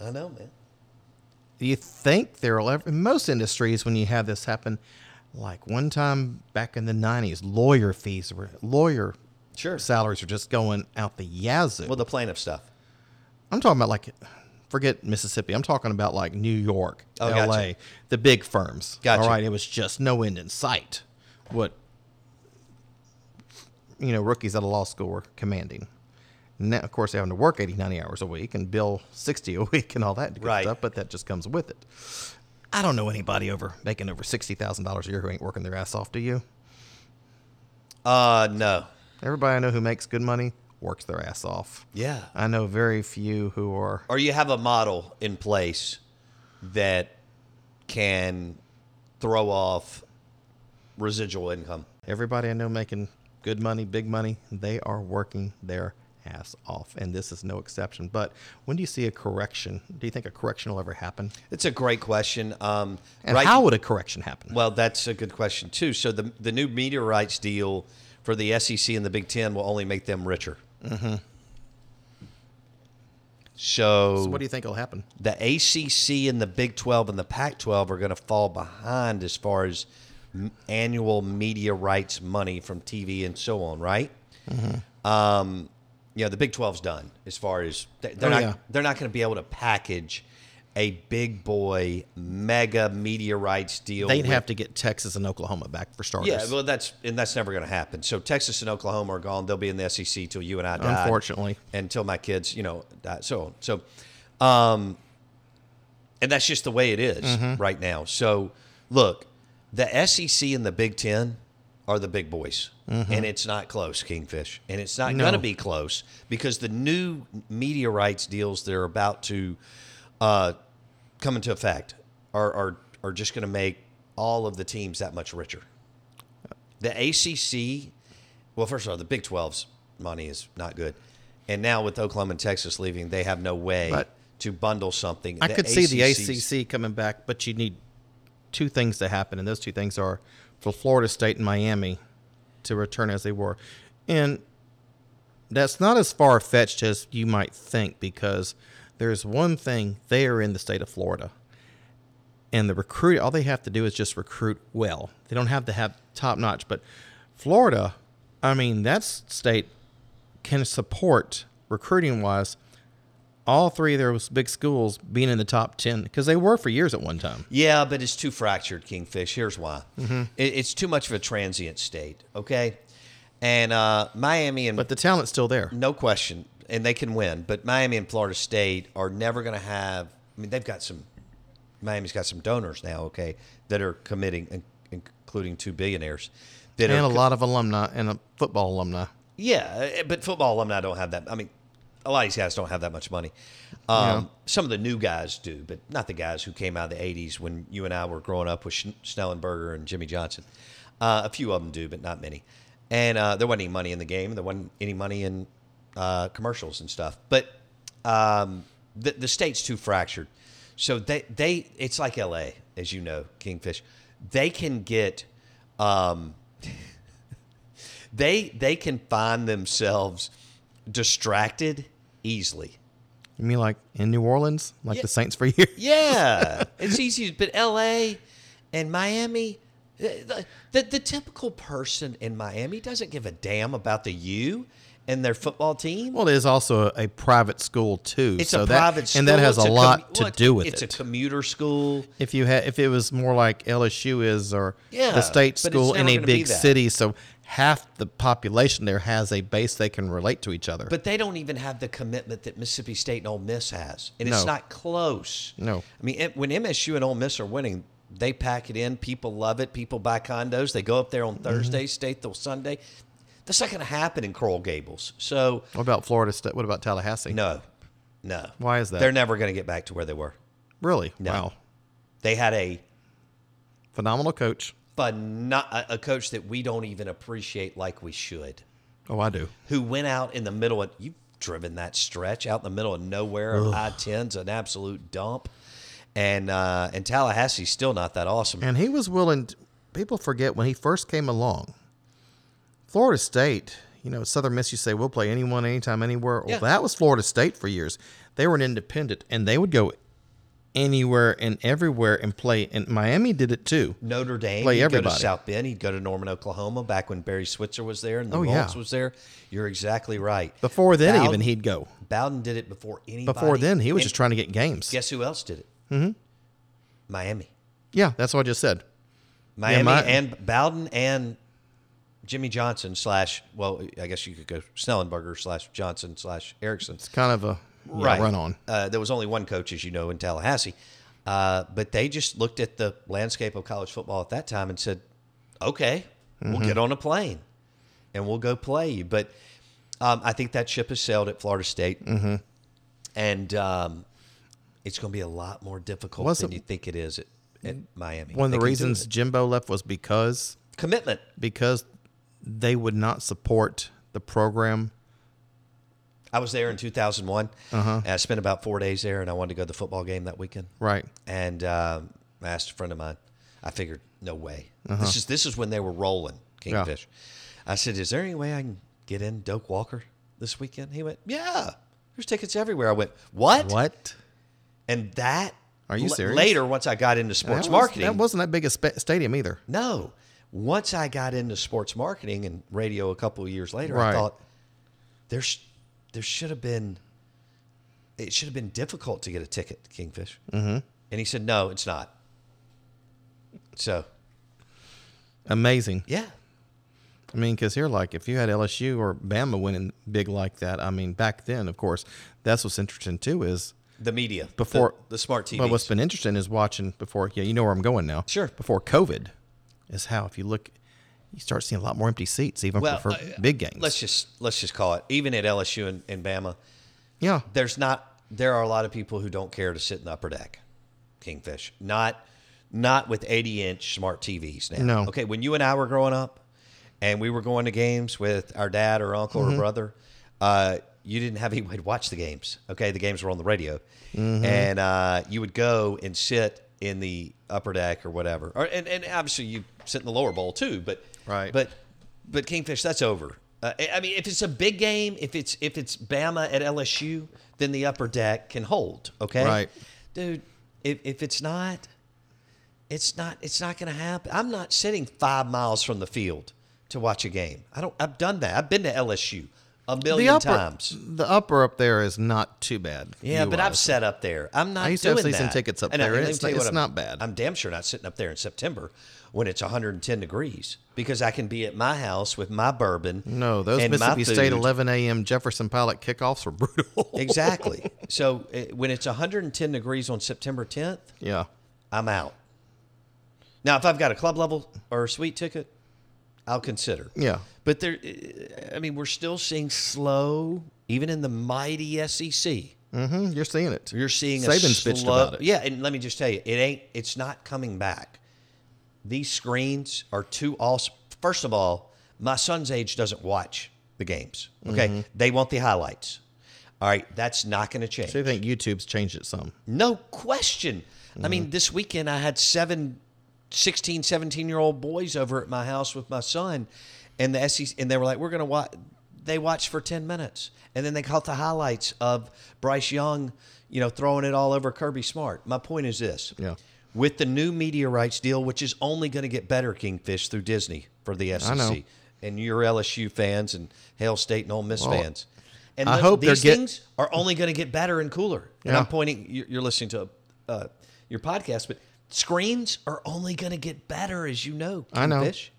I know, man. Do you think there'll ever in most industries when you have this happen like one time back in the 90s lawyer fees were lawyer Sure. salaries were just going out the yazoo Well, the plaintiff stuff. i'm talking about like forget mississippi i'm talking about like new york Oh, la gotcha. the big firms Gotcha. all right it was just no end in sight what you know rookies out of law school were commanding now, of course, having to work 80, 90 hours a week and bill 60 a week and all that good Right. stuff, but that just comes with it. I don't know anybody over making over $60,000 a year who ain't working their ass off, do you? Uh, no. Everybody I know who makes good money works their ass off. Yeah. I know very few who are. Or you have a model in place that can throw off residual income. Everybody I know making good money, big money, they are working their ass off. And this is no exception. But when do you see a correction? Do you think a correction will ever happen? It's a great question. Um, And how would a correction happen? Well, that's a good question too. So the the new media rights deal for E the SEC and the Big Ten will only make them richer. Mm-hmm. So, So what do you think will happen? the ACC and the Big 12 and the Pac 12 are going to fall behind as far as m- annual media rights money from TV and so on, right? Mm-hmm. Um, you know, the Big 12's done as far as they- they're Oh, not yeah. they're not going to be able to package a big boy mega media rights deal. They'd with- have to get Texas and Oklahoma back for starters. yeah, well, that's and that's never going to happen. So Texas and Oklahoma are gone. They'll be in the SEC till you and I uh, die. Unfortunately. until my kids, you know, die. So so, um, and that's just the way it is right now. So look, the SEC and the Big Ten are the big boys, and it's not close, Kingfish, and it's not going to be close because the new media rights deals they're about to uh, come into effect are are, are just going to make all of the teams that much richer. The ACC, well, first of all, the Big 12's money is not good. And now with Oklahoma and Texas leaving, they have no way But- to bundle something. I could see the 's ACC coming back, but you need two things to happen, and those two things are for Florida State and Miami to return as they were, and that's not as far fetched as you might think because there's one thing they are in the state of Florida, and the recruit all they have to do is just recruit well. They don't have to have top notch, but Florida, I mean, that state can support recruiting wise all three of those big schools being in the top 10 because they were for years at one time. Yeah, but it's too fractured, Kingfish. Here's why Mm-hmm. It- it's too much of a transient state, okay? And uh, Miami and But the talent's still there. No question. And they can win. But Miami and Florida State are never going to have. I mean, they've got some. Miami's got some donors now, okay, that are committing, in- including two billionaires. That And are, a lot of alumni and a football alumni. Yeah, eh, but football alumni don't have that. I mean, a lot of these guys don't have that much money. Um, Some of the new guys do, but not the guys who came out of the 80s when you and I were growing up with Schn- Snellenberger and Jimmy Johnson. Uh, a few of them do, but not many. And uh, there wasn't any money in the game. There wasn't any money in uh, commercials and stuff. But um, the, the state's too fractured. So they, they it's like L.A., as you know, Kingfish. They can get um, – they they can find themselves distracted easily. You mean like in New Orleans, like the Saints for years? Yeah, it's easy. But L.A. and Miami, the, the the typical person in Miami doesn't give a damn about the U and their football team. Well, it is also a, a private school too. it's so a that, private school, and that has it's a com- lot well, to do with it's it. It's a commuter school. if you had, if it was more like LSU is or Yeah, the state but it's school in never a gonna be big that. city, so half the population there has a base they can relate to each other. But they don't even have the commitment that Mississippi State and Ole Miss has, and it's No. not close. No. I mean it- when MSU and Ole Miss are winning, they pack it in. People love it. People buy condos. They go up there on Mm-hmm. Thursday, stay till Sunday. That's not going to happen in Coral Gables. So what about Florida State? What about Tallahassee? no, no. Why is that? They're never going to get back to where they were. Really? No. Wow. They had a Phenomenal coach. pheno- a a coach that we don't even appreciate like we should. Oh, I do. who went out in the middle of you've driven that stretch out in the middle of nowhere of I tens, an absolute dump, and uh, and Tallahassee's still not that awesome. And he was willing. To, people forget when he first came along. Florida State, you know, Southern Miss, you say we'll play anyone, anytime, anywhere. Well, Yeah. that was Florida State for years. They were an independent, and they would go anywhere and everywhere and play. And Miami did it too. Notre Dame, Play he'd go to everybody. South Bend, he'd go to Norman, Oklahoma, back when Barry Switzer was there and the Oh, yeah. Maltz was there. You're exactly right. Before then, Bowden- even he'd go. Bowden did it before anybody. Before then, he was And just trying to get games. Guess who else did it? Mm-hmm. Miami, Yeah, that's what I just said. Miami, my- and Bowden and Jimmy Johnson slash well, I guess you could go Snellenberger slash Johnson slash Erickson. It's kind of a yeah, run on. Uh, there was only one coach, as you know, in Tallahassee, uh, but they just looked at the landscape of college football at that time and said, "Okay, Mm-hmm. we'll get on a plane and we'll go play you." But um, I think that ship has sailed at Florida State, mm-hmm. and um, it's going to be a lot more difficult Was than it- you think it is at, at Miami. One They of the can do reasons it. Jimbo left was because commitment. because they would not support the program I was there in 2001. Uh-huh. And I spent about four days there, and I wanted to go to the football game that weekend. right. and um, I asked a friend of mine. I figured, no way. Uh-huh. This is this is when they were rolling Kingfish. I said, "Is there any way I can get in Doak Walker this weekend?" He went, "Yeah, There's tickets everywhere. I went, what? What? And that. Are you la- serious? Later, once I got into sports that was- marketing, That wasn't that big a spa- stadium either. No. Once I got into sports marketing and radio a couple of years later, Right. I thought there's there should have been it should have been difficult to get a ticket to Kingfish. Mm-hmm. And he said, "No, it's not." So Amazing. yeah, I mean, because here, like, if you had LSU or Bama winning big like that, I mean, back then, of course, that's what's interesting too. Is the media before the, the smart TV. But what's been interesting is watching before. Yeah, you know where I'm going now. Sure. Before COVID, is how if you look, you start seeing a lot more empty seats, even for, for uh, big games. Let's just let's just call it. Even at LSU and, and Bama, yeah, there's not there are a lot of people who don't care to sit in the upper deck kingfish not not with 80 inch smart tvs now No. okay when you and i were growing up and we were going to games with our dad or uncle or brother uh, you didn't have any way to watch the games okay the games were on the radio and uh, you would go and sit in the upper deck or whatever or, and, and obviously you sit in the lower bowl too but Right. but but Kingfish, that's over. Uh, I- I mean, if it's a big game, if it's if it's Bama at LSU, then the upper deck can hold. Okay, Right. dude. If if it's not, it's not it's not going to happen. I'm not sitting five miles from the field to watch a game. I don't. I've done that. I've been to LSU a million upper times. the upper up there is not too bad. Yeah, but I've view-wise. sat up there. I'm not. I used to have doing season that. tickets up And I- there, and let me it's tell not- you what it's I'm- not bad. I'm damn sure not sitting up there in September when it's 110 degrees because I can be at my house with my bourbon. no those and my Mississippi State food. 11 a.m. Jefferson Pilot kickoffs were brutal. exactly. So it, when it's 110 degrees on September 10th, yeah, I'm out. Now, if I've got a club level or a suite ticket, I'll consider. Yeah. But there, eh, I mean, we're still seeing slow, even in the mighty E SEC. hmm you're seeing it. You're seeing Saban's a bitched slow- about it. Yeah, and let me just tell you, it ain't. It's not coming back. These screens are too awesome. First of all, my son's age doesn't watch the games. Okay, Mm-hmm. they want the highlights. All right, that's not going to change. So you think YouTube's changed it some? No question. I Mm-hmm. mean, this weekend I had seven 16, 17 year old boys over at my house with my son, and the SEC, and they were like, we're going to watch. They watched for 10 minutes, and then they caught the highlights of Bryce Young, you know, throwing it all over Kirby Smart. My point is this. Yeah. With the new media rights deal, which is only going to get better, Kingfish, through Disney for the SEC. know. And your LSU fans and Hale State and Ole Miss fans. And I look, hope they're these get- things are only going to get better and cooler. And I'm Yeah. pointing, you- you're listening to uh, your podcast, but screens are only going to get better, as you know. I know. Kingfish.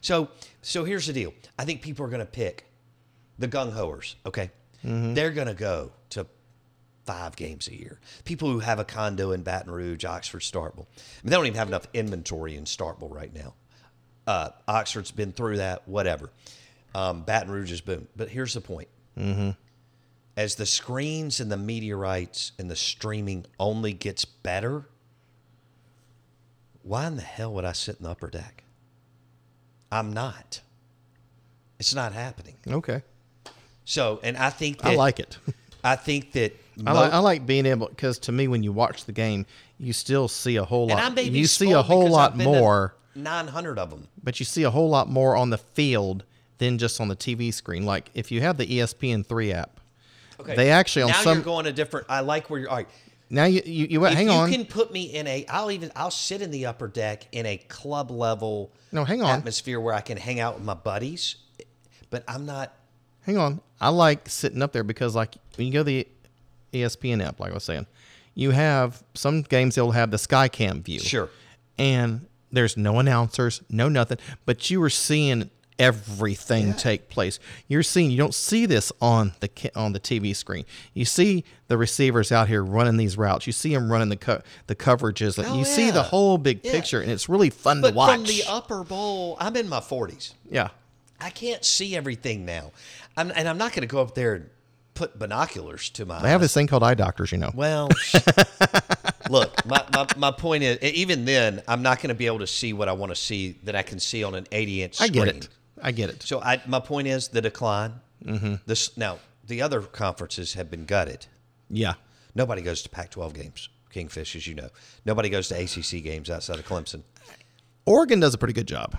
So, so here's the deal. I think people are going to pick the gung hoers. Okay, Mm-hmm. they're going to go to five games a year. People who have a condo in Baton Rouge, Oxford, Starkville. I mean, they don't even have enough inventory in Starkville right now. Uh, Oxford's been through that. Whatever. Um, Baton Rouge is boom. But here's the point Mm-hmm. as the screens and the meteorites and the streaming only gets better, why in the hell would I sit in the upper deck? I'm not. It's not happening. Okay, So, and I think that I like it. I think that I mo- like, I like being able because to me, when you watch the game, you still see a whole and lot. I may be you see a spoiled whole because lot I've been to more, 900 of them. but you see a whole lot more on the field than just on the TV screen. Like if you have the E ESPN three app, Okay. They actually on now some- you're going a different. I like where you're. All right. now you you, you hang if on. You can put me in a. I'll even. I'll sit in the upper deck in a club level. No, hang on. Atmosphere where I can hang out with my buddies, but I'm not. Hang on. I like sitting up there because like when you go to the E ESPN app, like I was saying, you have some games they'll have the Skycam view. Sure. And there's no announcers, no nothing, but you were seeing everything take place. You're seeing you don't see this on the ca- on the TV screen. You see the receivers out here running these routes. You see them running the co- the coverages. Like, Oh, you see the yeah. whole big Yeah. picture and it's really fun But to watch. from the upper bowl, I'm in my 40s. yeah. I can't see everything now, I'm, and I'm not going to go up there and put binoculars to my. They have this thing called eye doctors, you know. Well, look, my, my, my point is, e- even then, I'm not going to be able to see what I want to see that I can see on an 80 inch I screen. get it. I get it. So I, my point is the decline. Mm-hmm. This now the other conferences have been gutted. Yeah. Nobody goes to Pac-12 games. Kingfish, as you know, nobody goes to ACC games outside of Clemson. Oregon does a pretty good job.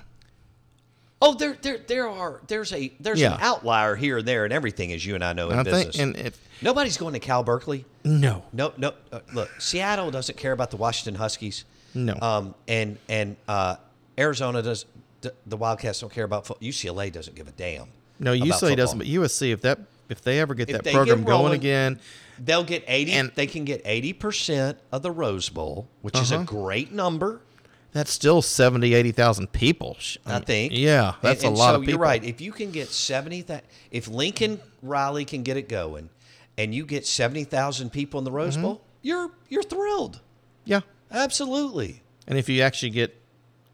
Oh, there, there, there are. There's a there's Yeah. an outlier here and there, and everything, as you and I know in And I business. think, and if Nobody's going to Cal Berkeley. no, No, no. Uh, look, Seattle doesn't care about the Washington Huskies. No. Um, and and uh, Arizona does. The, the Wildcats don't care about football. UCLA doesn't give a damn. no, about UCLA football. doesn't, but USC if that if they ever get If that they get program going rolling- again, They'll get eighty. And- they can get eighty percent of the Rose Bowl, which is a Uh-huh. great number. that's still 70, 80,000 people. Sh- I think. Um, Yeah, that's And- a and lot so of people. You're right. If you can get seventy, thou- if Lincoln Riley can get it going, and you get seventy thousand people in the Mm-hmm. Rose Bowl, you're you're thrilled. Yeah, Absolutely. and if you actually get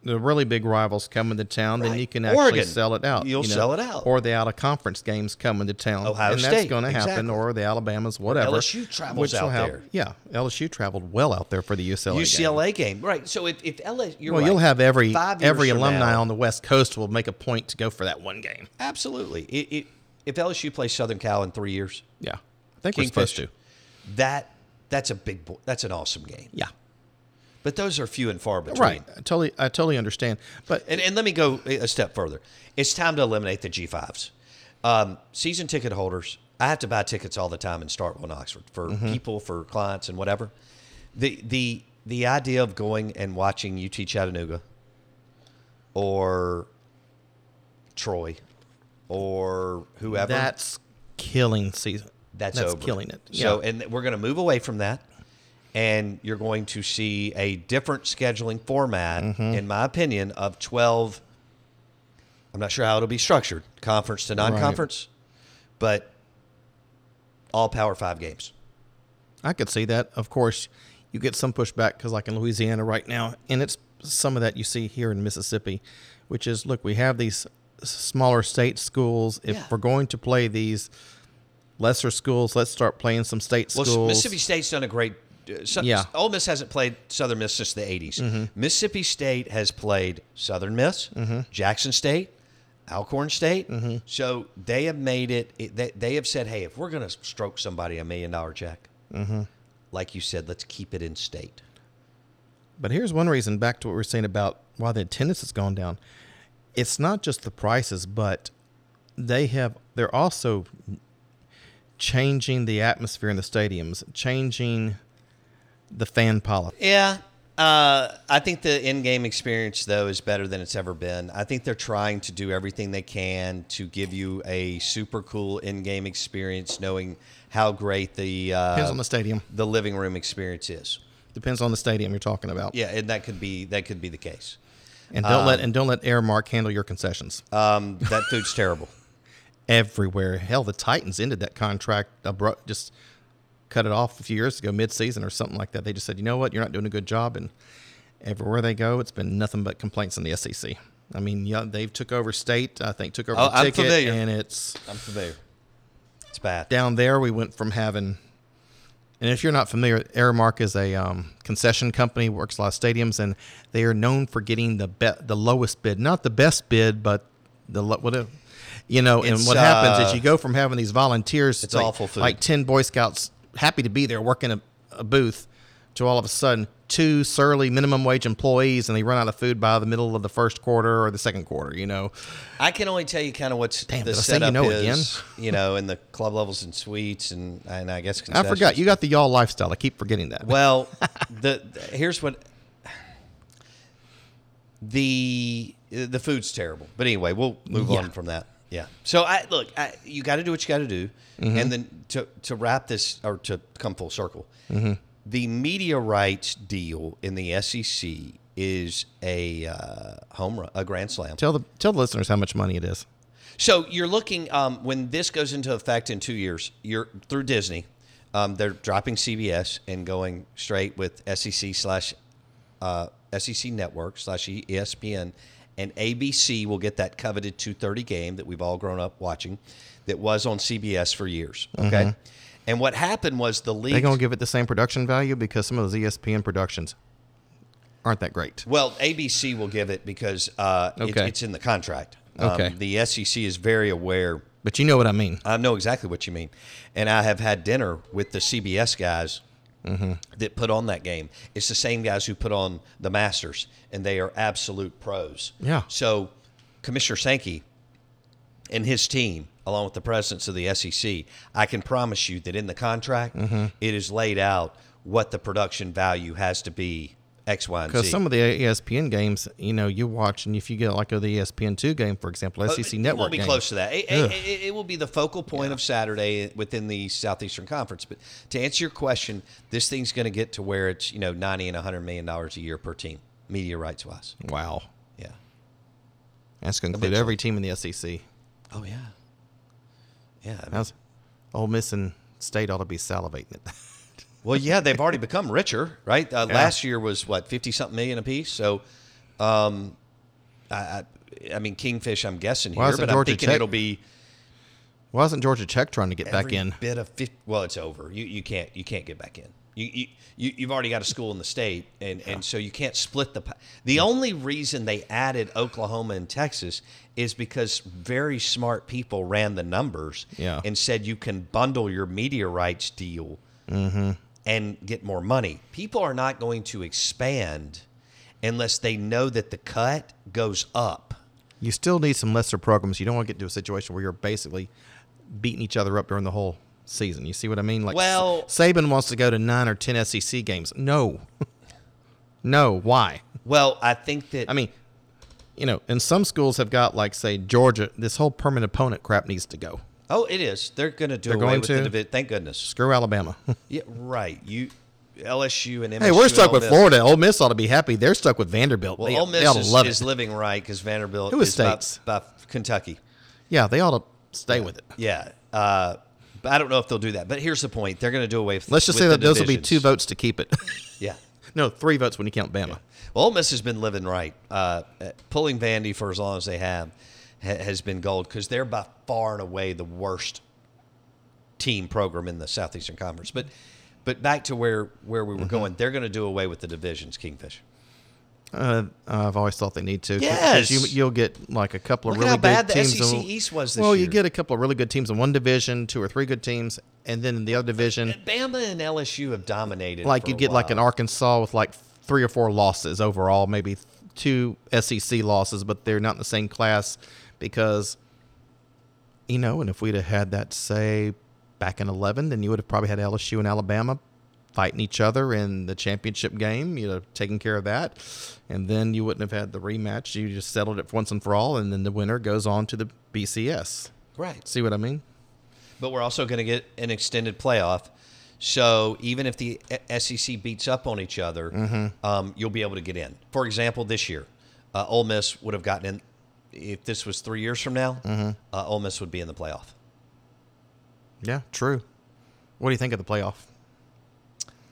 the really big rivals coming to town, then Right. you can actually Oregon. sell it out. You'll sell it out. or the out of conference games coming to town. Ohio and that's State, going to happen, exactly. or the Alabamas, whatever. LSU travels which will out help- there. Yeah, LSU traveled well out there for the UCLA. game. UCLA game. right? So if if LA, you're Well, right. you'll have every Five years every from alumni now- on the West Coast will make a point to go for that one game. Absolutely. It, it, if LSU plays Southern Cal in three years, Yeah, I think we're supposed Kingfish. to. that that's a big bo- that's an awesome game. Yeah, But those are few and far between. right. I totally, I totally understand. But And, and let me go a step further. It's time to eliminate the G5s. Um, season ticket holders, I have to buy tickets all the time in Starkville and Oxford for people, for clients, and whatever. The, the, the idea of going and watching UT Chattanooga or Troy or whoever, that's killing season. that's, that's over. killing it. So, yeah. and we're going to move away from that. And you're going to see a different scheduling format, Mm-hmm. in my opinion, of 12. I'm not sure how it'll be structured conference to non conference, but all Power Five games. I could see that. Of course, you get some pushback because, like in Louisiana right now, and it's some of that you see here in Mississippi, which is look, we have these s- smaller state schools. If Yeah. we're going to play these lesser schools, let's start playing some state Well, schools. s- Mississippi State's done a great. Uh, so, Yeah. Mm-hmm. Ole Miss hasn't played Southern Miss since the 80s. Mississippi State has played Southern Miss, Jackson State, Alcorn State. Mm-hmm. So they have made it, it they, they have said, hey, if we're going to stroke somebody a million dollar check, Mm-hmm. like you said, let's keep it in state. But here's one reason back to what we were saying about why the attendance has gone down. It's not just the prices, but they have they're also changing the atmosphere in the stadiums, changing the fan policy. Yeah. Uh, I think the in game experience, though, is better than it's ever been. I think they're trying to do everything they can to give you a super cool in game experience, knowing how great the. Uh, Depends on the stadium. the living room experience is. Depends on the stadium you're talking about. Yeah, Uh, and that could be that could be the case. And don't let and don't let Airmark handle your concessions. Um, that food's terrible. Everywhere. Hell, the Titans ended that contract abrupt just cut it off a few years ago, mid season or something like that. They just said, you know what, you're not doing a good job and everywhere they go, it's been nothing but complaints in the SEC. I mean, yeah, they've took over state, I think took over Oh, the I'm ticket familiar. and it's I'm familiar. It's bad. down there we went from having and if you're not familiar airmark is a um, concession company works a lot of stadiums and they are known for getting the be- the lowest bid not the best bid but the lo- what you know and It's, what happens uh, is you go from having these volunteers it's like, awful food. like 10 boy scouts happy to be there working a, a booth to all of a sudden two surly minimum wage employees and they run out of food by the middle of the first quarter or the second quarter you know I can only tell you kind of what's Damn, the did I say you setup know is. You know, in the club levels and suites, and and I guess i concessions. forgot you got the y'all lifestyle i keep forgetting that Well, the, the- here's what the the food's terrible. But anyway, we'll move Yeah. on from that. Yeah. So I look, I, you got to do what you got to do, Mm-hmm. and then to to wrap this or to come full circle, Mm-hmm. the media rights deal in the SEC is a uh, home run, a grand slam. tell the tell the listeners how much money it is So you're looking um, when this goes into effect in two years. You're through Disney. Um, they're dropping CBS and going straight with SEC slash uh, SEC Network slash E ESPN, and ABC will get that coveted 2:30 game that we've all grown up watching, that was on CBS for years. Okay, and what happened was the league. Mm-hmm. They gonna give it the same production value because some of those E ESPN productions aren't that great. Well, ABC will give it because uh, it- Okay. it's in the contract. Um, Okay. the SEC is very aware. But you know what I mean. I know exactly what you mean. And I have had dinner with the CBS guys Mm-hmm. that put on that game. It's the same guys who put on the Masters, and they are absolute pros. Yeah. So Commissioner Sankey and his team, along with the presidents of the SEC, I can promise you that in the contract, Mm-hmm. it is laid out what the production value has to be X, Y, and Z. Because some of the E ESPN games, you know, you watch, and if you get like the E ESPN two game, for example, But SEC Uh, it Network won't be game, close to that. It, it- Ugh. it- it will be the focal point of Saturday within the Southeastern Conference. But to answer your question, this thing's going to get to where it's you know ninety and hundred million dollars a year per team, media rights wise. wow, Yeah. that's going to include every team in the E SEC. Oh yeah. Yeah. I mean- How's Ole Miss and State ought to be salivating it. well, yeah, they've already become richer, right? Uh, Last year was what fifty something million apiece. So, um, I, I, I mean, Kingfish, I'm guessing Why here, isn't but I'm Georgia thinking Tech it'll be Why isn't Georgia Tech trying to get back every in? Bit of 50, well, it's over. You you can't you can't get back in. You you- you you've already got a school in the state, and and so you can't split the. pa- The only reason they added Oklahoma and Texas is because very smart people ran the numbers Yeah. and said you can bundle your media rights deal Mm-hmm. and get more money. People are not going to expand unless they know that the cut goes up. You still need some lesser programs. You don't want to get into a situation where you're basically beating each other up during the whole season. You see what I mean? Like, Well- Sa- Saban wants to go to nine or ten SEC games. No, no. Why? Well, I think that I mean, you know, and some schools have got like say Georgia. This whole permanent opponent crap needs to go. oh, it is. They're going to do They're away going with to? the divi- Thank goodness. Screw Alabama. Yeah, right. You LSU and MSU. hey, we're and stuck Ole with Miss. Florida. Ole Miss ought to be happy. They're stuck with Vanderbilt. Well, they, Ole they ought to Miss is, love is it. living right because Vanderbilt Who is is by, states? by Kentucky. Yeah, they ought to stay with it. Yeah, uh, but I don't know if they'll do that. But here's the point: they're going to do away. With, Let's just with say the that those will be two divisions. votes to keep it. Yeah. no, three votes when you count Bama. Well, Ole Miss has been living right. Uh, uh, pulling Vandy for as long as they have ha- has been gold because they're by far and away the worst team program in the Southeastern Conference. But but back to where where Mm-hmm. we were going, they're going to do away with the divisions, Kingfish. Uh, I've always thought they need to. 'cause- 'cause Yes. you, you'll get like a couple of Look at really how bad good the teams. SEC in- East was this well, you year. get a couple of really good teams in one division, two or three good teams, and then in the other division, Bama and LSU have dominated. like for you a get like an while. Arkansas with like three or four losses overall, maybe two SEC losses, but they're not in the same class because you know. And if we'd have had that say back in eleven, then you would have probably had LSU and Alabama fighting each other in the championship game. You know, taking care of that, and then you wouldn't have had the rematch. You just settled it once and for all, and then the winner goes on to the BCS. right, See what I mean? but we're also going to get an extended playoff. So even if the E- SEC beats up on each other, Mm-hmm. um, you'll be able to get in. For example, this year, uh, Ole Miss would have gotten in. If this was three years from now, Mm-hmm. uh, Ole Miss would be in the playoff. Yeah, true. What do you think of the playoff?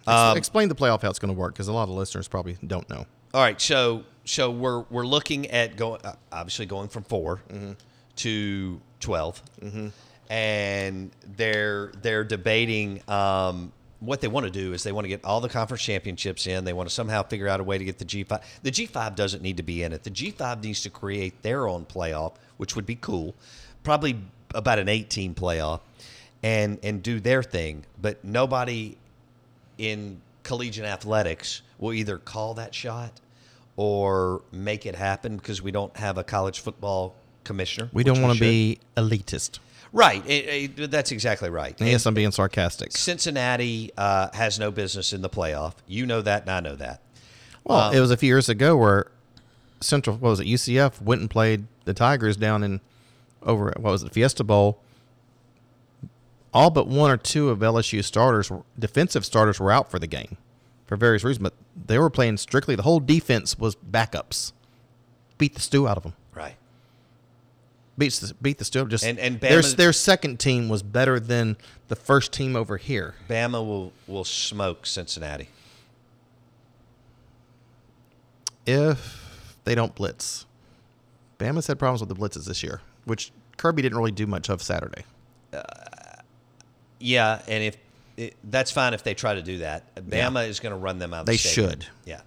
Ex- Um, Explain the playoff how it's going to work because a lot of listeners probably don't know. All right, so so we're we're looking at going uh, obviously going from 4 to 12 and they're they're debating um, what they want to do is they want to get all the conference championships in. They want to somehow figure out a way to get the G five. The G five doesn't need to be in it. The G five needs to create their own playoff, which would be cool, probably about an eighteen playoff, and and do their thing. But nobody in collegiate athletics will either call that shot or make it happen because we don't have a college football commissioner. We which don't want to should. be elitist. right. It- it- that's exactly right. And yes, I'm being sarcastic. Cincinnati uh, has no business in the playoff. You know that, and I know that. Well, it was a few years ago where Central, what was it, UCF went and played the Tigers down in over, at- what was it, Fiesta Bowl. All but one or two of LSU starters, were- defensive starters, were out for the game for various reasons, but they were playing strictly, the whole defense was backups. Beat the stew out of them. Right. beats the, beat the Steel. Just And- and their Bama- their second team was better than the first team over here. Bama will will smoke Cincinnati. If they don't blitz, Bama's had problems with the blitzes this year, which Kirby didn't really do much of Saturday. Yeah, and if it, that's fine if they try to do that, Bama is going to run them out. Of the They stadium. should. Yeah.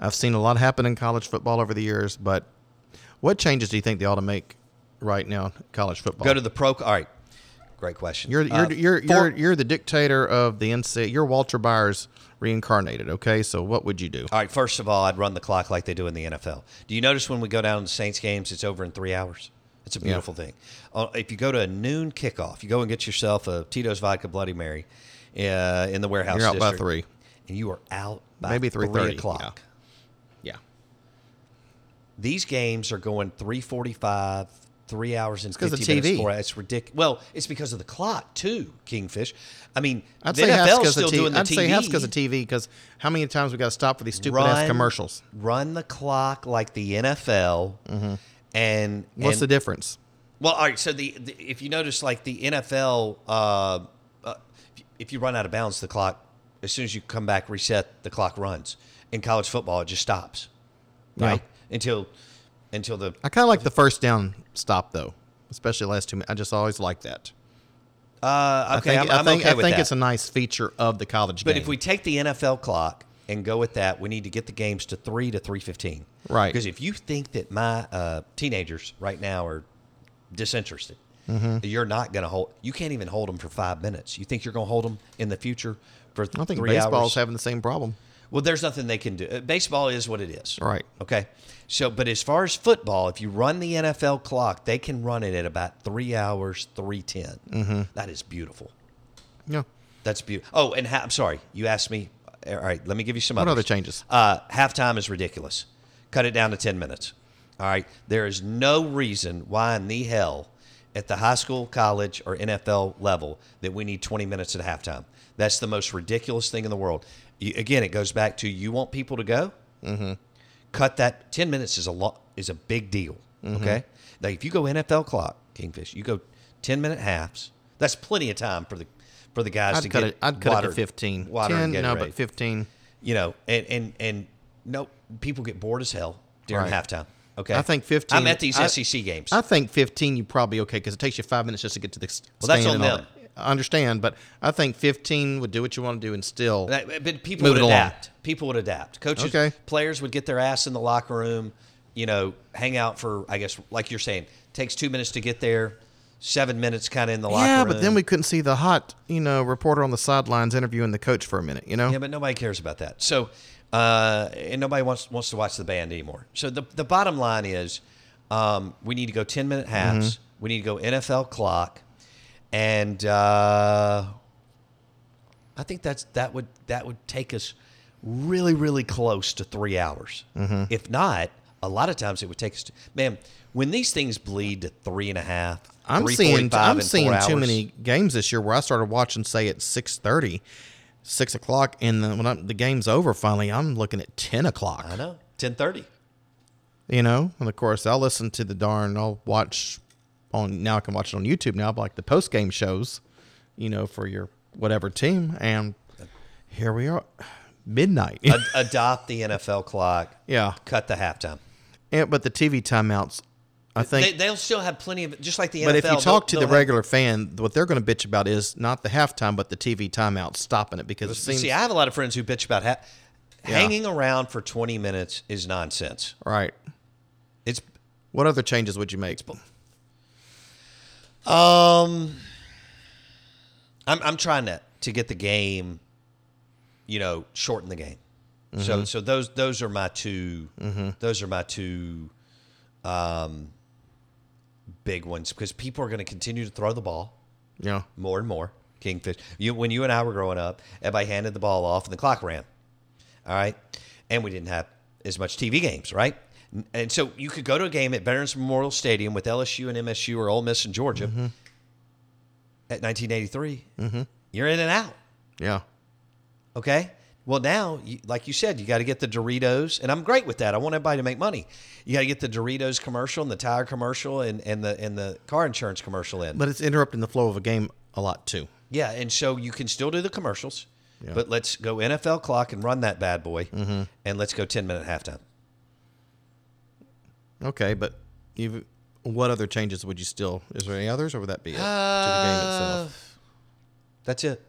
I've seen a lot happen in college football over the years, but what changes do you think they ought to make right now in college football? Go to the pro. All right. Great question. You're you're Uh, you're, four- you're you're the dictator of the NCAA. You're Walter Byers reincarnated. Okay, so what would you do? All right, first of all, I'd run the clock like they do in the NFL. Do you notice when we go down to Saints games, it's over in three hours? It's a beautiful thing. Uh, if you go to a noon kickoff, you go and get yourself a Tito's Vodka Bloody Mary uh, in the warehouse. You're out by district, three. And you are out by Maybe three 3:30, o'clock. yeah. Yeah, These games are going 345, three hours and 'cause of 50 minutes. TV. Four hours. It's ridiculous. Well, it's because of the clock, too, Kingfish. I mean, I'd the say half NFL's because still of doing TV. the I'd TV. say half because of TV. Because how many times we got to stop for these stupid ass commercials? Mm-hmm. Run the clock like the NFL. And What's and- the difference? Well, all right. So the, the if you notice, like the NFL, uh, uh, if you run out of bounds, the clock as soon as you come back, reset the clock runs. In college football, it just stops, Yeah. right? Until until the I kind of like the first down stop though, especially last two minutes. I just always like that. uh, I okay, think, I'm, I I'm think, okay I with think that. it's a nice feature of the college but game. if we take the NFL clock and go with that, we need to get the games to three to three fifteen, Right. Because if you think that my uh, teenagers right now are disinterested. Mm-hmm. You're not going to hold. You can't even hold them for five minutes. You think you're going to hold them in the future for I think three baseball's hours? having the same problem. Well, there's nothing they can do. Uh, Baseball is what it is. Right. Okay. So, but as far as football, if you run the NFL clock, they can run it at about three hours, 310. Mm-hmm. is beautiful. Yeah. That's beautiful. Oh, and ha- I'm sorry. You asked me. All right. Let me give you some What others. other changes? Uh, halftime is ridiculous. Cut it down to 10 minutes. All right. There is no reason why in the hell at the high school, college, or NFL level that we need 20 minutes at halftime. That's the most ridiculous thing in the world. You, again, it goes back to you want people to go? cut that 10 minutes is a lot is a big deal Mm-hmm. okay now if you go nfl clock kingfish you go 10 minute halves that's plenty of time for the for the guys to I'd cut get it. I'd cut water, it to fifteen. water 10, and no, Gatorade. but fifteen. you know and and and no people get bored as hell during Right. halftime okay I think 15 i'm at these I- sec games I think 15 you probably okay because it takes you five minutes just to get to the s- Well, that's stand on and all them. that. I understand, but I think 15 would do what you want to do and still. That- but people Move would it along. adapt. People would adapt. Coaches, Okay. players would get their ass in the locker room, you know, hang out for, I guess, like you're saying, takes two minutes to get there, seven minutes kind of in the locker yeah, room. but then we couldn't see the hot, you know, reporter on the sidelines interviewing the coach for a minute, you know? Yeah, but nobody cares about that. So, uh, and nobody wants wants to watch the band anymore. So the the bottom line is, um, we need to go ten minute Mm-hmm. halves. We need to go NFL clock, and uh, I think that's that would that would take us really really close to three hours. Mm-hmm. If not, a lot of times it would take us. To, man, when these things bleed to three and a half, I'm three seeing 45 I'm and four seeing too hours- many games this year where I started watching say at 6:30, 6 o'clock, and then when I'm, the game's over finally, I'm looking at 10 o'clock. I know ten thirty. you know and of course i'll listen to the darn i'll watch on now i can watch it on youtube now but like the post game shows you know for your whatever team and here we are midnight Ad- adopt the NFL clock. yeah Cut the halftime. and, but the tv timeouts i think They, they'll still have plenty of just like the NFL. but if you they'll- talk to they'll the have- regular fan what they're going to bitch about is not the halftime but the tv timeout stopping it because it seems see, I have a lot of friends who bitch about ha- hanging around for twenty minutes is nonsense. right It's what other changes would you make um, I'm I'm trying to to get the game, you know, shorten the game. Mm-hmm. So so those those are my 2 those are my two, um, big ones because people are going to continue to throw the ball. yeah more and more kingfish. You, when you and I were growing up, everybody handed the ball off and the clock ran. All right, and we didn't have as much TV games, right? N- And so you could go to a game at Veterans Memorial Stadium with LSU and MSU or Ole Miss and Georgia at 1983. You're in and out. yeah Okay. Well, now, you, like you said, you got to get the Doritos, and I'm great with that. I want everybody to make money. You got to get the Doritos commercial and the tire commercial and, and the and the car insurance commercial in. but it's interrupting the flow of a game a lot too Yeah, and so you can still do the commercials, Yeah. Mm-hmm. but let's go NFL clock and run that bad boy, and let's go ten minute halftime. Okay, but you what other changes would you still? Is there any others, or would that be it to the game itself? Uh, That's it.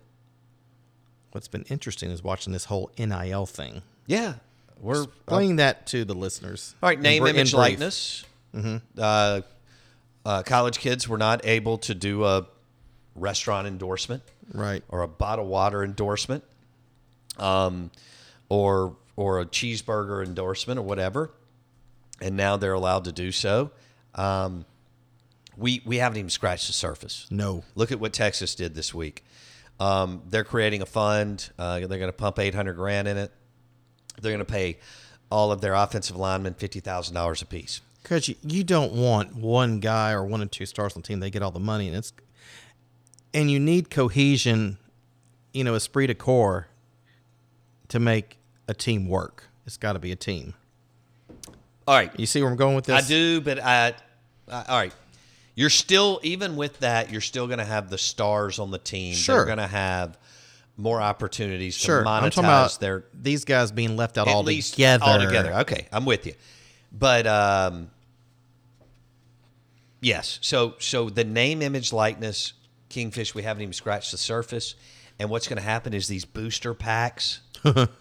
What's been interesting is watching this whole NIL thing. Yeah, we're Explain that to the listeners. all right. in Name, br- in image, brief. Mm-hmm. likeness. Uh, uh, college kids were not able to do a restaurant endorsement Right. or a bottled water endorsement um, or or a cheeseburger endorsement or whatever and now they're allowed to do so um, we we haven't even scratched the surface No. look at what texas did this week um, they're creating a fund uh, they're going to pump 800 grand in it they're going to pay all of their offensive linemen $50000 apiece Because you, you don't want one guy or one or two stars on the team. They get all the money, and it's and you need cohesion, you know, esprit de corps to make a team work. It's got to be a team. all right You see where I'm going with this? I do, but I, I all right. You're still even with that. You're still going to have the stars on the team. Sure. They're going to have more opportunities Sure. to I'm monetize talking about their these guys being left out at all least together. All together. Okay, I'm with you. But um, yes, so so the name, image, likeness, Kingfish. We haven't even scratched the surface. And what's going to happen is these booster packs.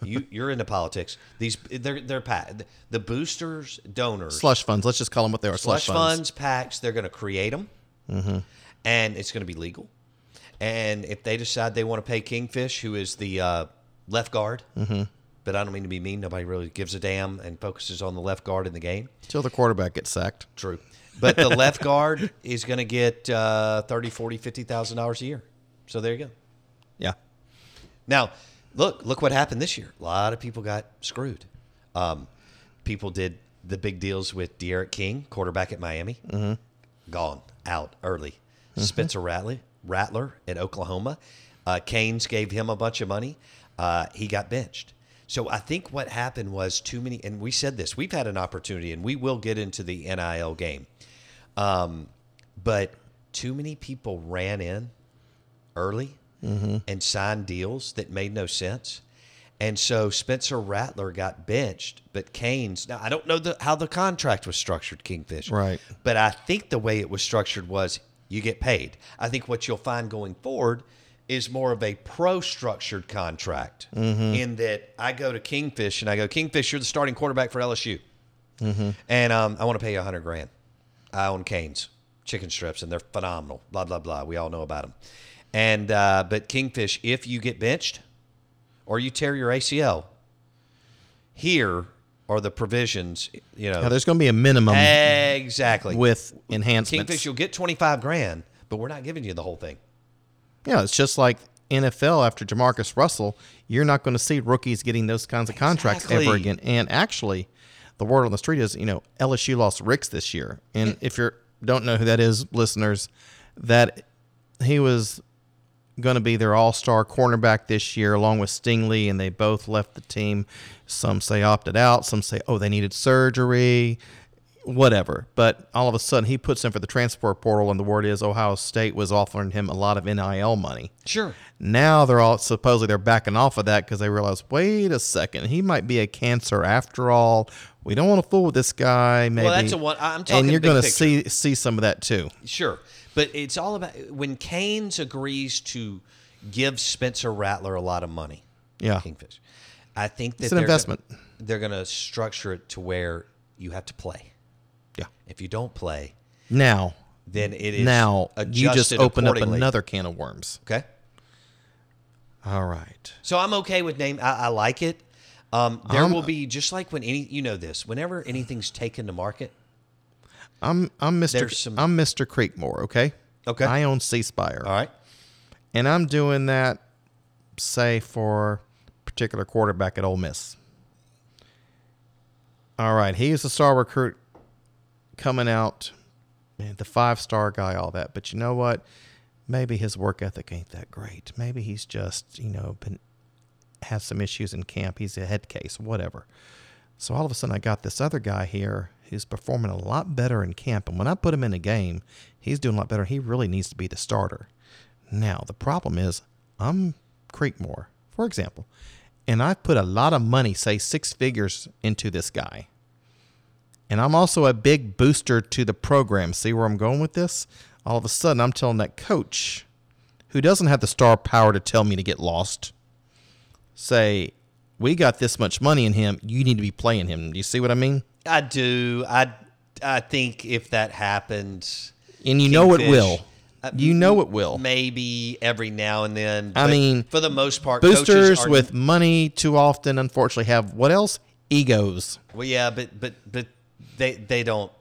you, you're into politics. These they're they're pa- the boosters donors Slush funds. Let's just call them what they are. Slush, slush funds. Mm-hmm. packs. They're going to create them, and it's going to be legal. And if they decide they want to pay Kingfish, who is the uh, left guard, but I don't mean to be mean. Nobody really gives a damn and focuses on the left guard in the game. Till the quarterback gets sacked. True, but the left guard is going to get uh, thirty, forty, fifty thousand dollars a year. So there you go. Yeah. Now, look, look what happened this year. A lot of people got screwed. Um, people did the big deals with Derek King, quarterback at Miami, gone out early. Spencer Rattler, Rattler at Oklahoma, uh, Canes gave him a bunch of money. Uh, he got benched. So I think what happened was too many, and we said this. We've had an opportunity, and we will get into the NIL game, um, but too many people ran in early and signed deals that made no sense. And so Spencer Rattler got benched, but Canes. Now I don't know the, how the contract was structured, Kingfish. Right. But I think the way it was structured was you get paid. I think what you'll find going forward is more of a pro-structured contract, in that I go to Kingfish and I go, Kingfish, you're the starting quarterback for LSU, and um, I want to pay you a hundred grand. I own Canes chicken strips, and they're phenomenal. Blah blah blah. We all know about them. And uh, but Kingfish, if you get benched or you tear your ACL, here are the provisions. You know Now there's going to be a minimum exactly with enhancements. Kingfish. You'll get twenty five grand, but we're not giving you the whole thing. Yeah, it's just like NFL after Jamarcus Russell. You're not going to see rookies getting those kinds of contracts ever Exactly. again. And actually, the word on the street is, you know, LSU lost Ricks this year. And if you don't know who that is, listeners, that he was going to be their all-star cornerback this year along with Stingley and they both left the team. Some say opted out, some say oh they needed surgery, whatever. But all of a sudden he puts in for the transfer portal and the word is Ohio State was offering him a lot of NIL money. Sure. Now they're all supposedly they're backing off of that because they realize, wait a second, he might be a cancer after all. We don't want to fool with this guy. Maybe that's a one- I'm talking and you're big gonna picture. see see some of that too. Sure. But it's all about when Keynes agrees to give Spencer Rattler a lot of money. Yeah. Kingfish. I think that It's an they're investment. Gonna, they're going to structure it to where you have to play. Yeah. If you don't play, Now, then it is now you just adjusted open up accordingly. another can of worms. Okay. All right. So I'm okay with name. I, I like it. Um, there I'm- will be just like when any you know this. Whenever anything's taken to market, I'm I'm Mr. There's some- I'm Mr. Creekmore, okay? Okay. I own C Spire. all right. And I'm doing that say for a particular quarterback at Ole Miss. All right, he's a star recruit coming out, man, the five star guy, all that. But you know what? Maybe his work ethic ain't that great. Maybe he's just, you know, been has some issues in camp. He's a head case, whatever. So all of a sudden, I got this other guy here who's performing a lot better in camp. And when I put him in a game, he's doing a lot better. He really needs to be the starter. Now, the problem is, I'm Creekmore, for example, and I've put a lot of money, say six figures, into this guy. And I'm also a big booster to the program. See where I'm going with this? All of a sudden, I'm telling that coach who doesn't have the star power to tell me to get lost say, we got this much money in him. You need to be playing him. Do you see what I mean? I do. I I think if that happens, And you know it Kingfish, uh, will. You know it will. Maybe every now and then. I but mean, for the most part, coaches Boosters are- with money too often, unfortunately, have what else? Egos. Well, yeah, but but but they they don't.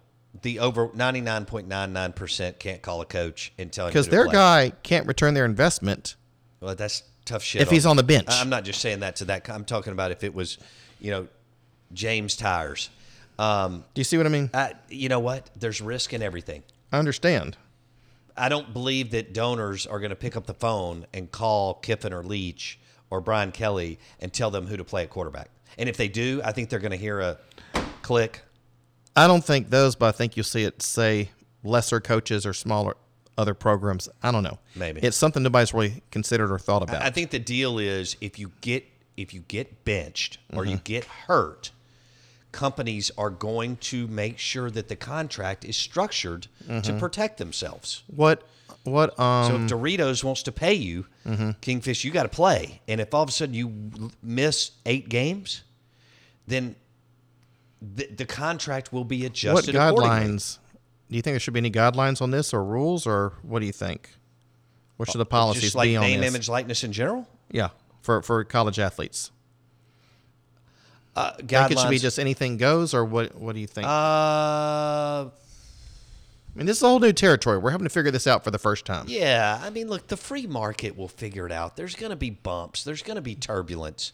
The over ninety nine point nine nine percent can't call a coach and tell him Because who to their play. guy can't return their investment. Well, that's tough shit. If he's on the bench. I- I'm not just saying that to that. I'm talking about if it was, you know, James Tires. Um, Do you see what I mean? I, you know what? There's risk in everything. I understand. I don't believe that donors are going to pick up the phone and call Kiffin or Leach or Brian Kelly and tell them who to play at quarterback. And if they do, I think they're going to hear a click. I don't think those, but I think you'll see it say lesser coaches or smaller other programs. I don't know. Maybe. It's something nobody's really considered or thought about. I think the deal is if you get if you get benched or you get hurt, companies are going to make sure that the contract is structured to protect themselves. what what um So if Doritos wants to pay you, Mm-hmm. Kingfish, you got to play. And if all of a sudden you l- miss eight games, then the, the contract will be what adjusted. accordingly. guidelines do you think there should be any guidelines on this or rules or what do you think? What should the policies Uh, Just like be on name, this? image, likeness in general. Yeah, for for college athletes. Uh, Think it should be guidelines- just anything goes, or what? What do you think? Uh, I mean, this is a whole new territory. We're having to figure this out for the first time. Yeah, I mean, look, the free market will figure it out. There's going to be bumps. There's going to be turbulence.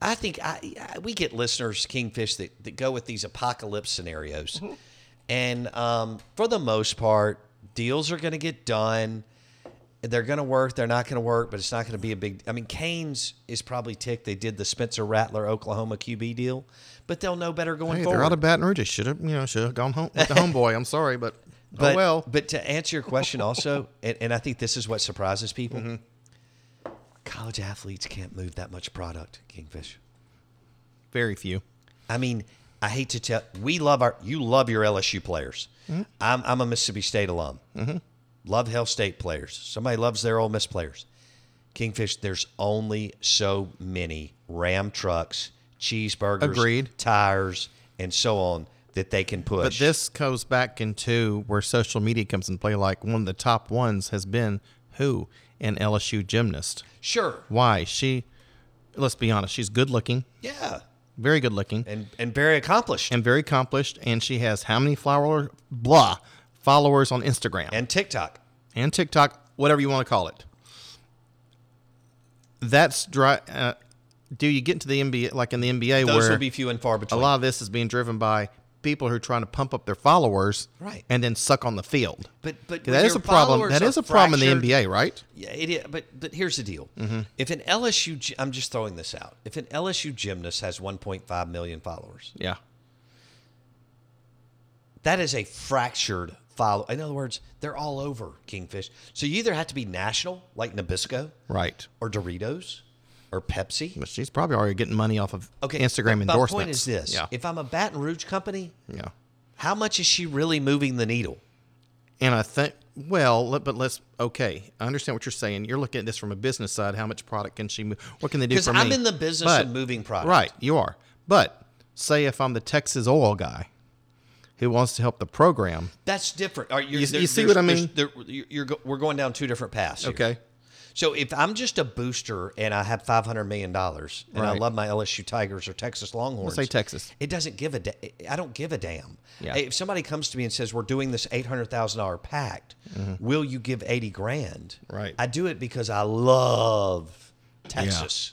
I think I, I we get listeners, Kingfish, that, that go with these apocalypse scenarios, Mm-hmm. and um, for the most part, deals are going to get done. They're going to work. They're not going to work, but it's not going to be a big. I mean, Canes is probably ticked. They did the Spencer Rattler Oklahoma QB deal, but they'll know better going Hey, forward. they're out of Baton Rouge. They should have, you know, should have gone home with the homeboy. I'm sorry, but, But, oh well. But to answer your question also, and, and I think this is what surprises people Mm-hmm. college athletes can't move that much product, Kingfish. very few. I mean, I hate to tell we love our you love your LSU players. Mm-hmm. I'm I'm a Mississippi State alum. Love Hell State players. Somebody loves their old Miss players. Kingfish, there's only so many Ram trucks, cheeseburgers, Agreed. tires, and so on that they can push. But this goes back into where social media comes in play. Like one of the top ones has been who an LSU gymnast. sure, Why she? Let's be honest. She's good looking, yeah, very good looking, and and very accomplished. and very accomplished. And she has how many follower blah followers on Instagram? and TikTok. and TikTok, whatever you want to call it. That's dry. Uh, do you get into the NBA like in the NBA Those where will be few and far a between. lot of this is being driven by people who are trying to pump up their followers, Right. And then suck on the field. But but 'Cause that is a problem. That is a Mm-hmm. problem in the NBA, right? Yeah, it is. But but here's the deal: if an LSU, gy- I'm just throwing this out. If an LSU gymnast has 1.5 million followers, Yeah, that is a fractured follow. In other words, they're all over Kingfish. So you either have to be national, like Nabisco, right. or Doritos, or Pepsi. But she's probably already getting money off of Okay, Instagram but endorsements. My point is this: Yeah, if I'm a Baton Rouge company, yeah. how much is she really moving the needle? And I think well, let- but let's okay. I understand what you're saying. You're looking at this from a business side. How much product can she move? What can they do? Because for I'm me? in the business But- of moving product. Right, you are. But say if I'm the Texas oil guy who wants to help the program. That's different. Are you, You- there- you see there's- what I there's- mean? there- you're, you're go- we're going down two different paths. here. Okay. So if I'm just a booster and I have five hundred million dollars and I Right. love my LSU Tigers or Texas Longhorns, say Texas. It doesn't give a. Da- I don't give a damn. Yeah. If somebody comes to me and says we're doing this eight hundred thousand dollar pact, will you give eighty grand? Mm-hmm. Right. I do it because I love Texas.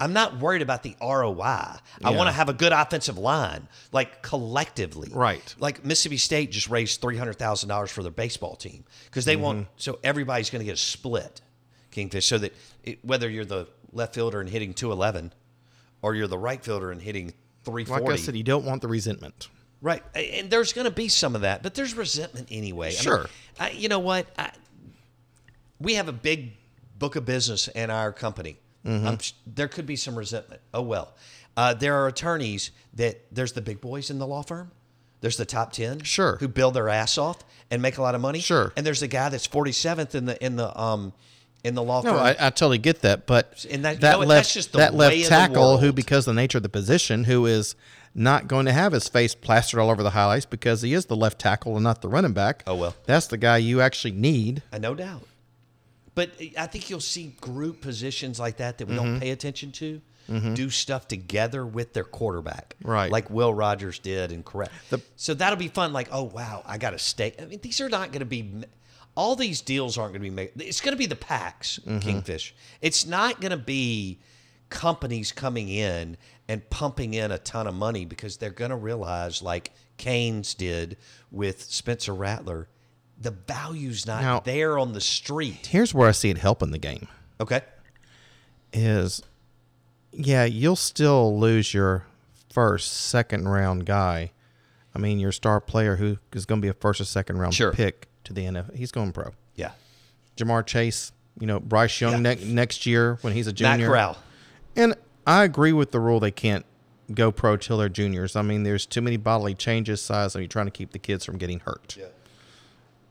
I'm not worried about the ROI. I Yeah. want to have a good offensive line, like collectively. Right. Like Mississippi State just raised three hundred thousand dollars for their baseball team because they want Mm-hmm. so everybody's going to get a split, Kingfish, so that it, whether you're the left fielder and hitting two eleven, or you're the right fielder and hitting three Like forty, I said, you don't want the resentment. right? A- And there's going to be some of that, but there's resentment anyway. I mean, Sure. I, you know what? I, we have a big book of business in our company. Mm-hmm. I'm s- there could be some resentment. Oh well, uh, there are attorneys that there's the big boys in the law firm. There's the top ten, Sure. who build their ass off and make a lot of money, Sure. And there's the guy that's 47th in the in the um in the law firm. No, I, I totally get that, but And that- you know that what, left that's just the that way left of the tackle, who world. because of the nature of the position, who is not going to have his face plastered all over the highlights because he is the left tackle and not the running back. Oh, well. that's the guy you actually need. Uh, no doubt. But I think you'll see group positions like that that we don't pay attention to do stuff together with their quarterback, Right. Like Will Rogers did, and correct. so that'll be fun. Like, oh wow, I got to stay. I mean, these are not going to be. All these deals aren't going to be made. It's going to be the packs, Mm-hmm. Kingfish. It's not going to be companies coming in and pumping in a ton of money because they're going to realize, like Keynes did with Spencer Rattler, the value's not Now- there on the street. Here's where I see it helping the game. Okay. is yeah, you'll still lose your first, second round guy. I mean, your star player who is going to be a first or second round Sure. pick to the NFL. He's going pro. Yeah. Jamar Chase, you know, Bryce Young Yeah. ne- next year when he's a Matt junior. Corral. And I agree with the rule they can't go pro till they're juniors. I mean, there's too many bodily changes, size, and you're trying to keep the kids from getting hurt.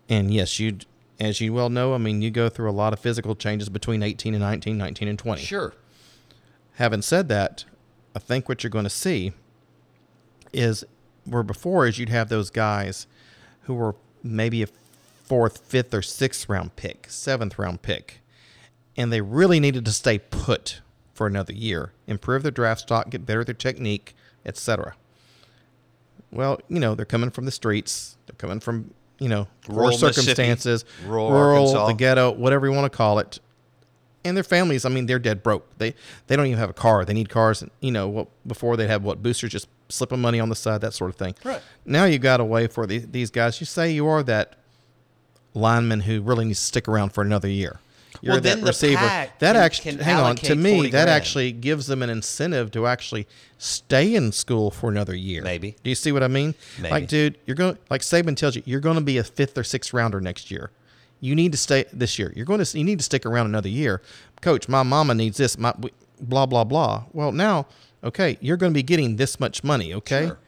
And yes, you as you well know, I mean, you go through a lot of physical changes between 18 and 19, 19 and 20. Sure. Having said that, I think what you're going to see is where before is you'd have those guys who were maybe a fourth, fifth, or sixth round pick, seventh round pick, and they really needed to stay put for another year, improve their draft stock, get better at their technique, etc. Well, you know they're coming from the streets, they're coming from you know poor Rural Mississippi, circumstances, rural the Arkansas. ghetto, whatever you want to call it, and their families. I mean, they're dead broke. They they don't even have a car. They need cars. You know, what before they had what boosters just slipping money on the side, that sort of thing. Right. Now you got a way for the, these guys. You say you are that lineman who really needs to stick around for another year. You're Well, that then the receiver. pack that can- actually, can hang on. To allocate me, 40 that grand. actually gives them an incentive to actually stay in school for another year. Maybe. Do you see what I mean? Maybe. Like, dude, you're going. Like Saban tells you, you're going to be a fifth or sixth rounder next year. You need to stay this year. You're going to. You need to stick around another year. Coach, my mama needs this. My we- blah blah blah. Well, now, okay, you're going to be getting this much money. Okay. Sure.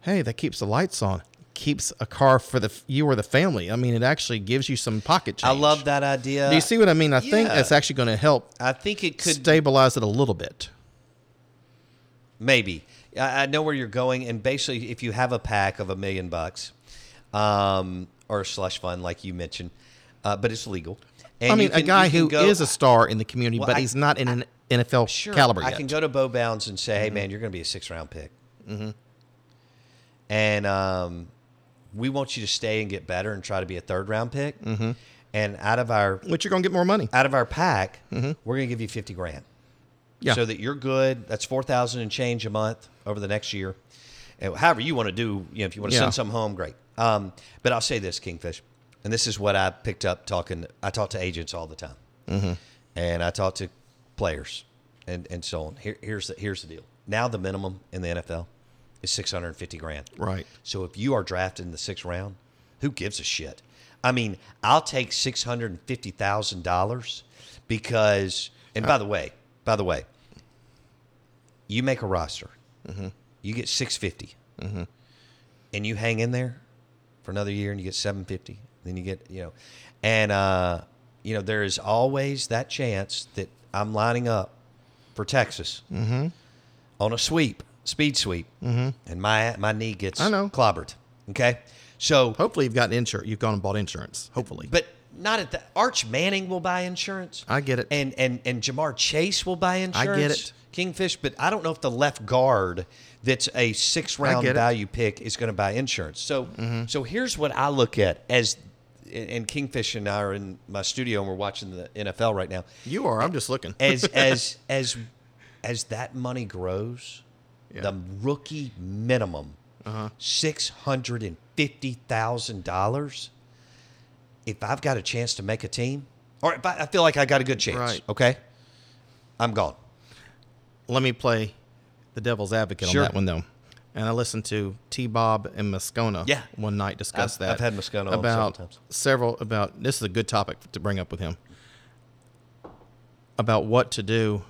Hey, that keeps the lights on. Keeps a car for the f- you or the family. I mean, it actually gives you some pocket change. I love that idea. Do you see what I mean? I think Yeah. that's actually going to help I think it could stabilize it a little bit. Maybe. I, I know where you're going. And basically, if you have a pack of a million bucks um, or a slush fund, like you mentioned, uh, but it's legal. And I you mean, a can- guy you can who is go- a star in the community, Well, but I- he's not in an NFL sure, caliber I yet. Mm-hmm. can go to Bo Bounds and say, hey, man, you're going to be a six round pick. And um, we want you to stay and get better and try to be a third round pick. Mm-hmm. And out of our Which you're going to get more money. out of our pack, Mm-hmm. we're going to give you 50 grand. Yeah. So that you're good. That's 4,000 and change a month over the next year. And however you want to do, you know, if you want to Yeah. send some home, great. Um, but I'll say this, Kingfish, and this is what I picked up talking. I talk to agents all the time, Mm-hmm. and I talk to players, and and so on. Here, here's the here's the deal. Now the minimum in the NFL is 650 grand. Right. So if you are drafted in the sixth round, who gives a shit? I mean, I'll take six hundred and fifty thousand dollars because. And by the way, by the way, you make a roster, you get six and you hang in there for another year, and you get seven fifty. Then you get you know, and uh, you know there is always that chance that I'm lining up for Texas Mm-hmm. on a sweep, speed sweep, and my my knee gets I know. clobbered. Okay, so Hopefully, you've got insurance. You've gone and bought insurance. Hopefully. but not at the Arch Manning will buy insurance. I get it. And and and Jamar Chase will buy insurance. it. Kingfish, but I don't know if the left guard that's a six round get it. Mm-hmm. value pick is going to buy insurance. So so here's what I look at as and Kingfish and I are in my studio and we're watching the NFL right now. you are. I'm just looking. As as as as that money grows, Yeah. the rookie minimum hundred and fifty thousand dollars. If I've got a chance to make a team, or if I, I feel like I got a good chance, Right. okay, I'm gone. Let me play the devil's advocate Sure. on that one, though. And I listened to T. Bob and Moscona Yeah. one night discuss I've- that. I've had Moscona on several about times. several about this is a good topic to bring up with him about what to do.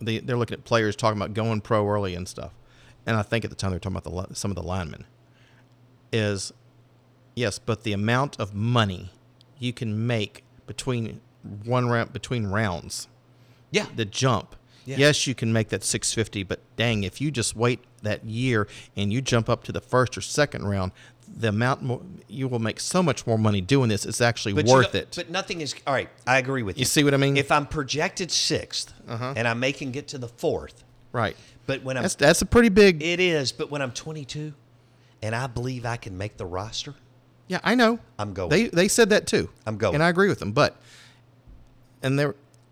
They, they're looking at players talking about going pro early and stuff. And I think at the time they're talking about the, li- some of the linemen. Is yes, but the amount of money you can make between one round between rounds, Yeah. the jump. Yeah. Yes, you can make that 650, but dang, if you just wait that year and you jump up to the first or second round, the amount more, you will make so much more money doing this. It's actually But you worth don't- it. But nothing is all right. I agree with you. you see what I mean? If I'm projected 6th and I'm making it to the fourth, right. but when I'm That's that's a pretty big. it is, but when I'm 22 and I believe I can make the roster, yeah, I know. I'm going. They they said that too. I'm going. and I agree with them. But and they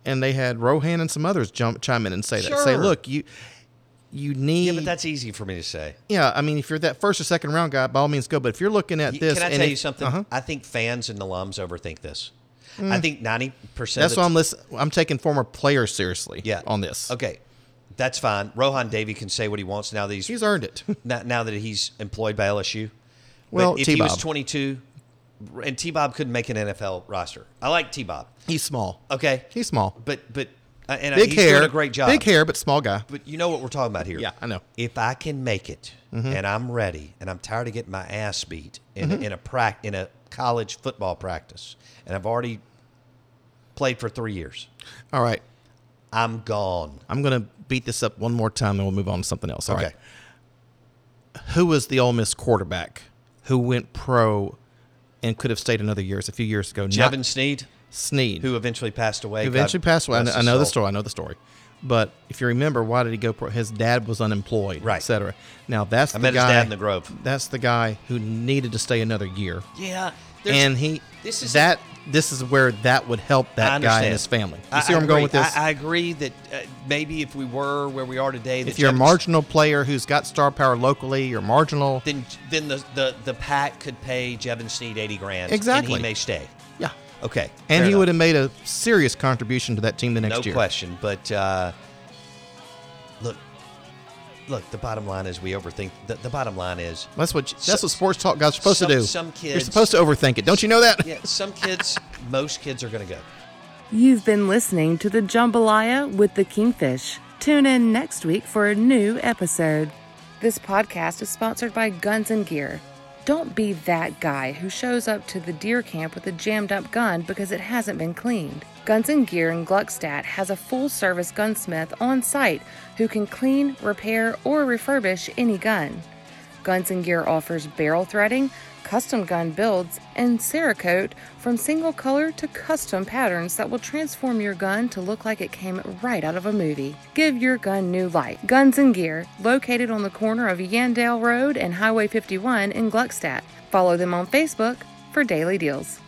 and they had Rohan and some others jump chime in and say that. Say, Sure. look, you you need. yeah, but that's easy for me to say. Yeah, I mean, if you're that first or second round guy, by all means, go. But if you're looking at Y- this, Can I and tell if- you something? Uh-huh. Mm. I think fans and alums overthink this. I think 90% That's of the why I'm listening. I'm taking former players seriously. Yeah. on this, Okay. That's fine. Rohan Davey can say what he wants now that he's, he's earned it. now, now that he's employed by LSU. Well, but if he was T-Bob. 22 and T Bob couldn't make an NFL roster. I like T Bob. he's small. Okay. he's small. But but uh, and Big he's hair, doing a great job. Big hair, but small guy. But you know what we're talking about here. Yeah, I know. If I can make it Mm-hmm. and I'm ready and I'm tired of getting my ass beat in a, in a prac in a college football practice and I've already played for 3 years. All right, I'm gone. I'm gonna beat this up one more time, and we'll move on to something else. All right. Okay. who was the Ole Miss quarterback who went pro and could have stayed another year? It's a few years ago. Not Jevin Sneed Sneed, who eventually passed away. who eventually God passed away. I know, rest I his know the soul. story. I know the story. But if you remember, why did he go pro? His dad was unemployed, Right. et cetera. Now that's I the met guy. his dad in the Grove. That's the guy who needed to stay another year, Yeah. and he. this is- that. This is where that would help I that guy understand. and his family. You I- see where I I'm going with agree. this? I, I agree that uh, maybe if we were where we are today, that if you're a Jevin- marginal player who's got star power locally, you're marginal. then then the the the pack could pay Jevin Sneed eighty grand. and Exactly. he may stay. yeah, Okay, and fair he enough. would have made a serious contribution to that team the next no year. question. But uh, look, look. The bottom line is we overthink. The, the bottom line is That's what that's So- what sports talk guys are supposed to some- do. some You're kids- supposed to overthink it. Don't you know that? yeah. Some kids, most kids are going to go. You've been listening to the Jambalaya with the Kingfish. Tune in next week for a new episode. This podcast is sponsored by Guns and Gear. Don't be that guy who shows up to the deer camp with a jammed up gun because it hasn't been cleaned. Guns and Gear in Gluckstadt has a full service gunsmith on site who can clean, repair, or refurbish any gun. Guns and Gear offers barrel threading, custom gun builds, and Cerakote from single color to custom patterns that will transform your gun to look like it came right out of a movie. Give your gun new life. Guns and Gear, located on the corner of Yandale Road and Highway 51 in Gluckstadt. Follow them on Facebook for daily deals.